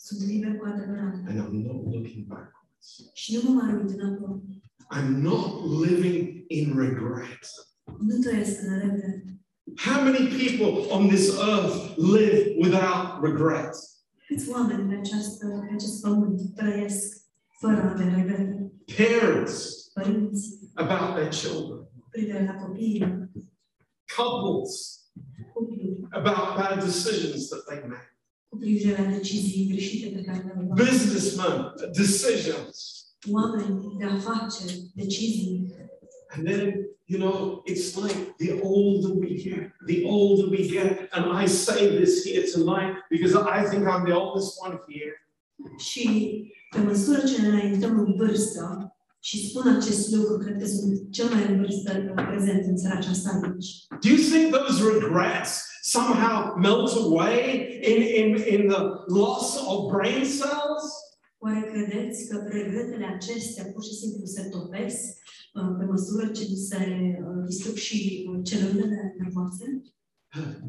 [SPEAKER 2] sunt liber cu adevărat
[SPEAKER 1] and I'm not looking backwards.
[SPEAKER 2] și nu mă mai uit înapoi.
[SPEAKER 1] I'm not living in regret.
[SPEAKER 2] Nu trăiesc în repede.
[SPEAKER 1] How many people on this earth live without regret?
[SPEAKER 2] Câți oameni pe, această, pe acest pământ trăiesc fără a avea regrete?
[SPEAKER 1] Parents
[SPEAKER 2] Părinți,
[SPEAKER 1] about their children,
[SPEAKER 2] cu privire la copii,
[SPEAKER 1] couples
[SPEAKER 2] copii,
[SPEAKER 1] about bad decisions that they make,
[SPEAKER 2] cu privire la decizii greșite pe care le-au luat,
[SPEAKER 1] businessmen, decisions.
[SPEAKER 2] oameni de afaceri, decizii.
[SPEAKER 1] And then, you know, it's like the older we get, the older we get. And I say this here tonight because I think I'm the oldest one here.
[SPEAKER 2] Și pe măsură ce ne înaintăm în vârstă, și spun acest lucru, cred că sunt cel mai în vârstă prezent în țara aceasta aici.
[SPEAKER 1] Do you think those regrets somehow melt away in, in, in the loss of brain cells?
[SPEAKER 2] Oare credeți că regretele acestea pur și simplu se topesc uh, pe măsură ce ni se uh, distrug și uh, celulele nervoase?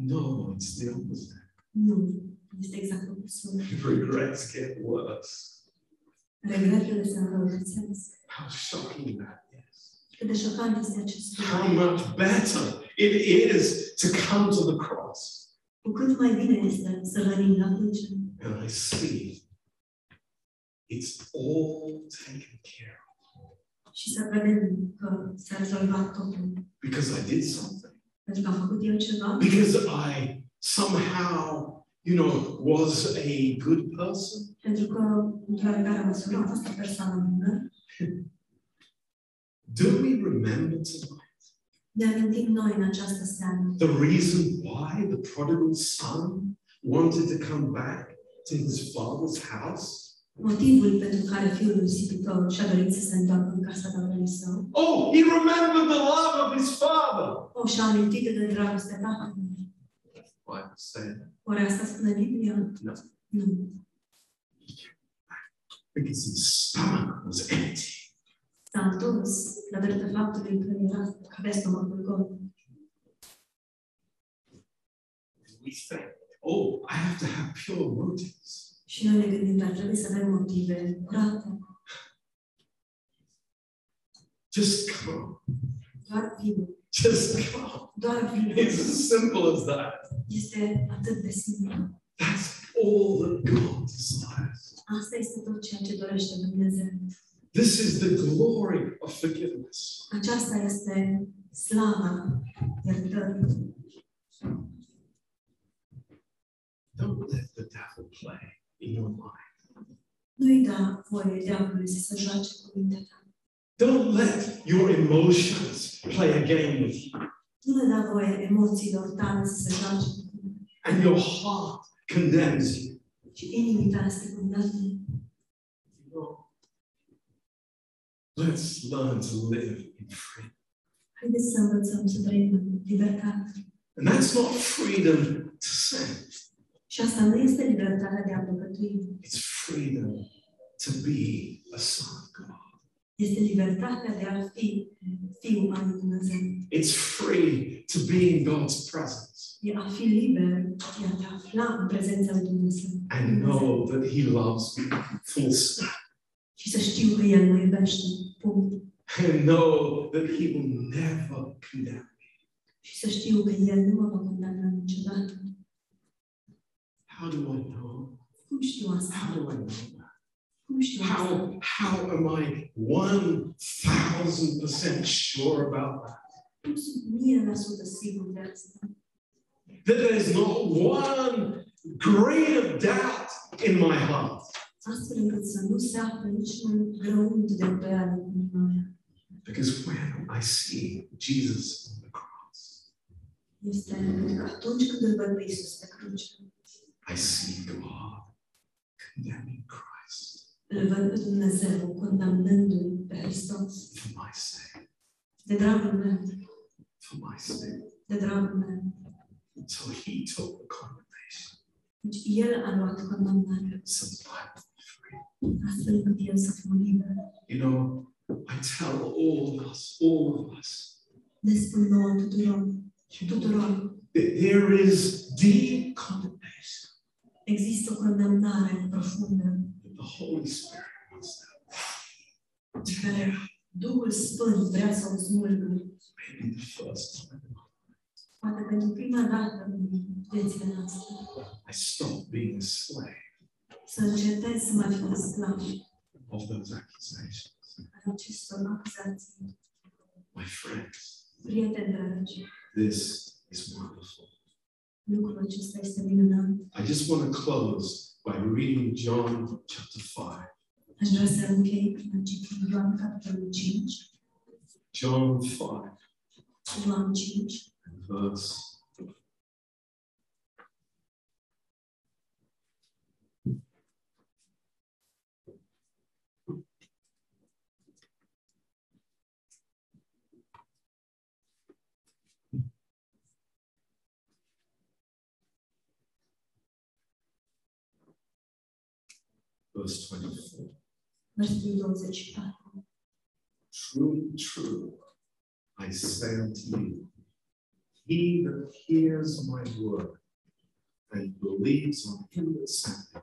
[SPEAKER 1] No, it's the opposite.
[SPEAKER 2] Nu, este exact opusul.
[SPEAKER 1] Regrets get worse.
[SPEAKER 2] Regretele se înrăutățesc.
[SPEAKER 1] How shocking that is.
[SPEAKER 2] Cât de șocant este acest
[SPEAKER 1] How
[SPEAKER 2] lucru.
[SPEAKER 1] much better it is to come to the cross.
[SPEAKER 2] Cu cât mai bine este să rănim la cruce.
[SPEAKER 1] And I see it's all taken care of
[SPEAKER 2] și să vedem că s-a rezolvat totul.
[SPEAKER 1] because I did something.
[SPEAKER 2] Pentru că am făcut eu ceva,
[SPEAKER 1] Because I somehow, you know, was a good person.
[SPEAKER 2] pentru că, într-o oarecare măsură, am fost o persoană bună.
[SPEAKER 1] Do we remember tonight
[SPEAKER 2] Ne amintim noi în această seară
[SPEAKER 1] the reason why the prodigal son wanted to come back to his father's house?
[SPEAKER 2] motivul pentru care fiul risipitor și-a dorit să se întoarcă în casa tatălui său.
[SPEAKER 1] Oh, he remembered the love of his father.
[SPEAKER 2] O, și-a amintit de dragostea tatălui.
[SPEAKER 1] Why I say that?
[SPEAKER 2] Oare asta spune Biblia?
[SPEAKER 1] No.
[SPEAKER 2] Nu.
[SPEAKER 1] Because his stomach was empty.
[SPEAKER 2] S-a întors datorită faptului că era că avea stomacul gol.
[SPEAKER 1] We think, oh, I have to have pure motives.
[SPEAKER 2] Și noi ne gândim, dar trebuie să avem motive curate.
[SPEAKER 1] Just come.
[SPEAKER 2] Doar vină.
[SPEAKER 1] Just come.
[SPEAKER 2] Doar vină.
[SPEAKER 1] It's as simple as that.
[SPEAKER 2] Este atât de simplu.
[SPEAKER 1] That's all that God desires.
[SPEAKER 2] Asta este tot ceea ce dorește Dumnezeu.
[SPEAKER 1] This is the glory of forgiveness.
[SPEAKER 2] Aceasta este slava iertării.
[SPEAKER 1] Don't let the devil play in your mind.
[SPEAKER 2] Nu-i da voie diavolului să se joace cu mintea ta.
[SPEAKER 1] Don't let your emotions play a game with you
[SPEAKER 2] Nu le da voie emoțiilor tale să se joace cu tine.
[SPEAKER 1] and your heart condemns you.
[SPEAKER 2] Și inimii tale să te condamne.
[SPEAKER 1] You know, Let's learn to live in freedom.
[SPEAKER 2] Haideți să învățăm să trăim în libertate.
[SPEAKER 1] And that's not freedom to sin,
[SPEAKER 2] Și asta nu este libertatea de a păcătui.
[SPEAKER 1] it's freedom to be a son of God.
[SPEAKER 2] Este libertatea de a fi fiul al lui Dumnezeu.
[SPEAKER 1] It's free to be in God's presence
[SPEAKER 2] E a fi liber, e a te afla în prezența lui Dumnezeu.
[SPEAKER 1] and know that He loves me, full stop,
[SPEAKER 2] Și să știu că El mă iubește. Punct.
[SPEAKER 1] and know that He will never condemn.
[SPEAKER 2] și să știu că El nu mă va condamna niciodată.
[SPEAKER 1] How do I know?
[SPEAKER 2] Cum știu asta?
[SPEAKER 1] How do I know that?
[SPEAKER 2] Cum știu asta?
[SPEAKER 1] How, how am I 1000% sure about that?
[SPEAKER 2] Cum sunt mie la sută sigur de asta?
[SPEAKER 1] that there's not one grain of doubt in my heart.
[SPEAKER 2] Astfel încât să nu se află niciun grăunt de îndoială în inima mea.
[SPEAKER 1] Because when I see Jesus on the cross,
[SPEAKER 2] Este pentru că atunci când îl văd pe Iisus pe cruce,
[SPEAKER 1] I see God condemning Christ
[SPEAKER 2] îl văd pe Dumnezeu condamnându-L pe Hristos.
[SPEAKER 1] for my sake,
[SPEAKER 2] De dragul meu,
[SPEAKER 1] for my sake.
[SPEAKER 2] de dragul meu.
[SPEAKER 1] So he took the condemnation.
[SPEAKER 2] Deci El a luat condamnarea,
[SPEAKER 1] So I am free.
[SPEAKER 2] astfel încât eu să fiu liber.
[SPEAKER 1] You know, I tell all of us, all of us,
[SPEAKER 2] Le spun nouă tuturor, tuturor,
[SPEAKER 1] that there is deep condemnation
[SPEAKER 2] există o condamnare profundă
[SPEAKER 1] that the Holy Spirit wants
[SPEAKER 2] pe care Duhul Sfânt vrea să o smulgă.
[SPEAKER 1] to maybe the first time
[SPEAKER 2] Poate pentru prima dată în viețile noastre,
[SPEAKER 1] I stop being a slave
[SPEAKER 2] să încetez să mai fiu sclav
[SPEAKER 1] of those accusations.
[SPEAKER 2] al acestor acuzații.
[SPEAKER 1] My friends,
[SPEAKER 2] Prieteni dragi,
[SPEAKER 1] this is wonderful.
[SPEAKER 2] lucrul acesta este minunat.
[SPEAKER 1] I just want to close by reading John chapter 5.
[SPEAKER 2] Aș vrea să închei prin a citi Ioan capitolul 5,
[SPEAKER 1] John 5,
[SPEAKER 2] Ioan 5,
[SPEAKER 1] and verse. Verse 24.
[SPEAKER 2] versetul 24.
[SPEAKER 1] Truly, truly, I say unto you, he that hears my word and believes on him that sent me,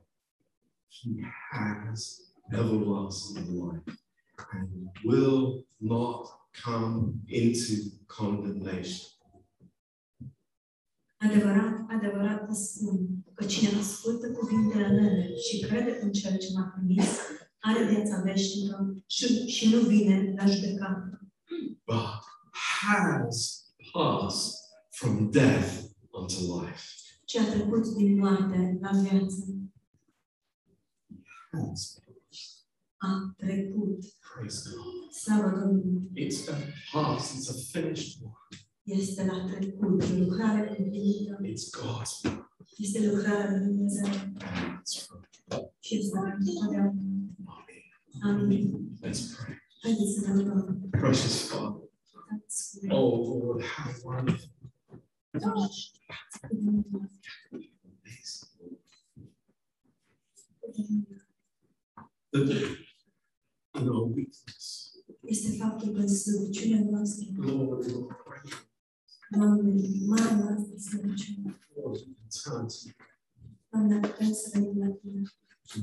[SPEAKER 1] he has everlasting life and will not come into condemnation,
[SPEAKER 2] Adevărat, adevărat vă spun că cine ascultă cuvintele mele și crede în cel ce m-a trimis, are viața veșnică și, și nu vine la judecată,
[SPEAKER 1] but has passed from death unto life.
[SPEAKER 2] ci a trecut din moarte la viață.
[SPEAKER 1] Has passed.
[SPEAKER 2] A trecut.
[SPEAKER 1] Praise God.
[SPEAKER 2] Slavă Domnului!
[SPEAKER 1] It's a past, it's a finished one.
[SPEAKER 2] Este la trecut. E lucrare cumplinită.
[SPEAKER 1] It's God's
[SPEAKER 2] Este lucrarea lui Dumnezeu.
[SPEAKER 1] and it's from
[SPEAKER 2] Și este la întotdeauna.
[SPEAKER 1] Amen. Let's pray.
[SPEAKER 2] Haideți să ne rugăm.
[SPEAKER 1] Precious Father, oh Lord, how wonderful it is. That in our weakness,
[SPEAKER 2] Este faptul că slăbiciunea noastră,
[SPEAKER 1] Lord, in our prayer,
[SPEAKER 2] Doamne, mare noastră slăbiciune,
[SPEAKER 1] Lord, we can turn to you.
[SPEAKER 2] Doamne, putem să venim la Tine.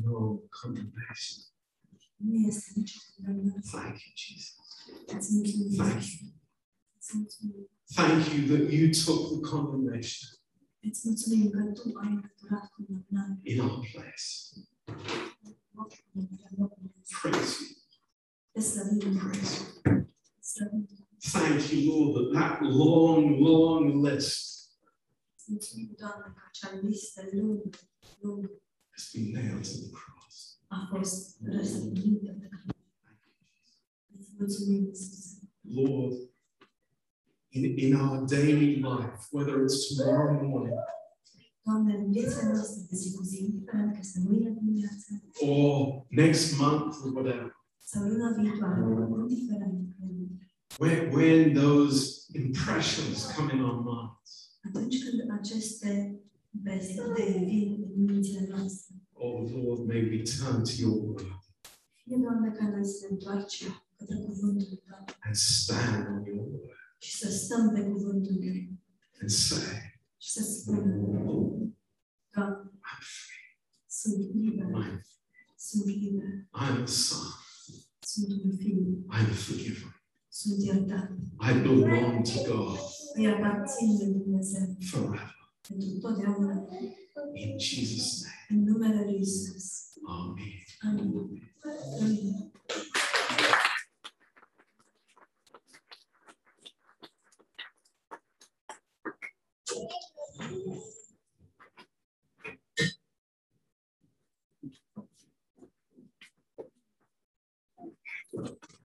[SPEAKER 1] no condemnation.
[SPEAKER 2] Nu este nicio condamnare.
[SPEAKER 1] Thank you, Jesus.
[SPEAKER 2] Îți mulțumim.
[SPEAKER 1] Thank you.
[SPEAKER 2] Îți mulțumim.
[SPEAKER 1] Thank you that you took the condemnation
[SPEAKER 2] Îți mulțumim că Tu ai înlăturat condamnarea.
[SPEAKER 1] in our place. Praise you.
[SPEAKER 2] Te slăvim,
[SPEAKER 1] Praise you.
[SPEAKER 2] slăvim.
[SPEAKER 1] Thank you, Lord, that that long, long list
[SPEAKER 2] Îți mulțumim, Doamne, că acea listă lungă, lungă
[SPEAKER 1] has been nailed to the cross.
[SPEAKER 2] a fost răsplătită pe care îți mulțumim, Iisuse.
[SPEAKER 1] Lord, in, in our daily life, whether it's tomorrow morning
[SPEAKER 2] Doamne, în viețile noastre de zi cu zi, indiferent că este mâine dimineață
[SPEAKER 1] or next month or whatever,
[SPEAKER 2] sau luna viitoare, indiferent când,
[SPEAKER 1] when, when those impressions come in our minds,
[SPEAKER 2] atunci când aceste vestite vin în mințile noastre,
[SPEAKER 1] oh Lord, may we turn to your word
[SPEAKER 2] fie, Doamne, ca noi să ne întoarcem către cuvântul Tău
[SPEAKER 1] and stand on your word
[SPEAKER 2] și să stăm pe cuvântul Tău
[SPEAKER 1] and say,
[SPEAKER 2] și să spunem,
[SPEAKER 1] oh,
[SPEAKER 2] Doamne, sunt liber,
[SPEAKER 1] I'm,
[SPEAKER 2] sunt liber,
[SPEAKER 1] I'm a son,
[SPEAKER 2] sunt un fiu,
[SPEAKER 1] I'm forgiven,
[SPEAKER 2] sunt iertat,
[SPEAKER 1] I belong to God
[SPEAKER 2] îi aparțin de Dumnezeu
[SPEAKER 1] forever.
[SPEAKER 2] pentru totdeauna,
[SPEAKER 1] In Jesus' name.
[SPEAKER 2] în numele Lui Iisus.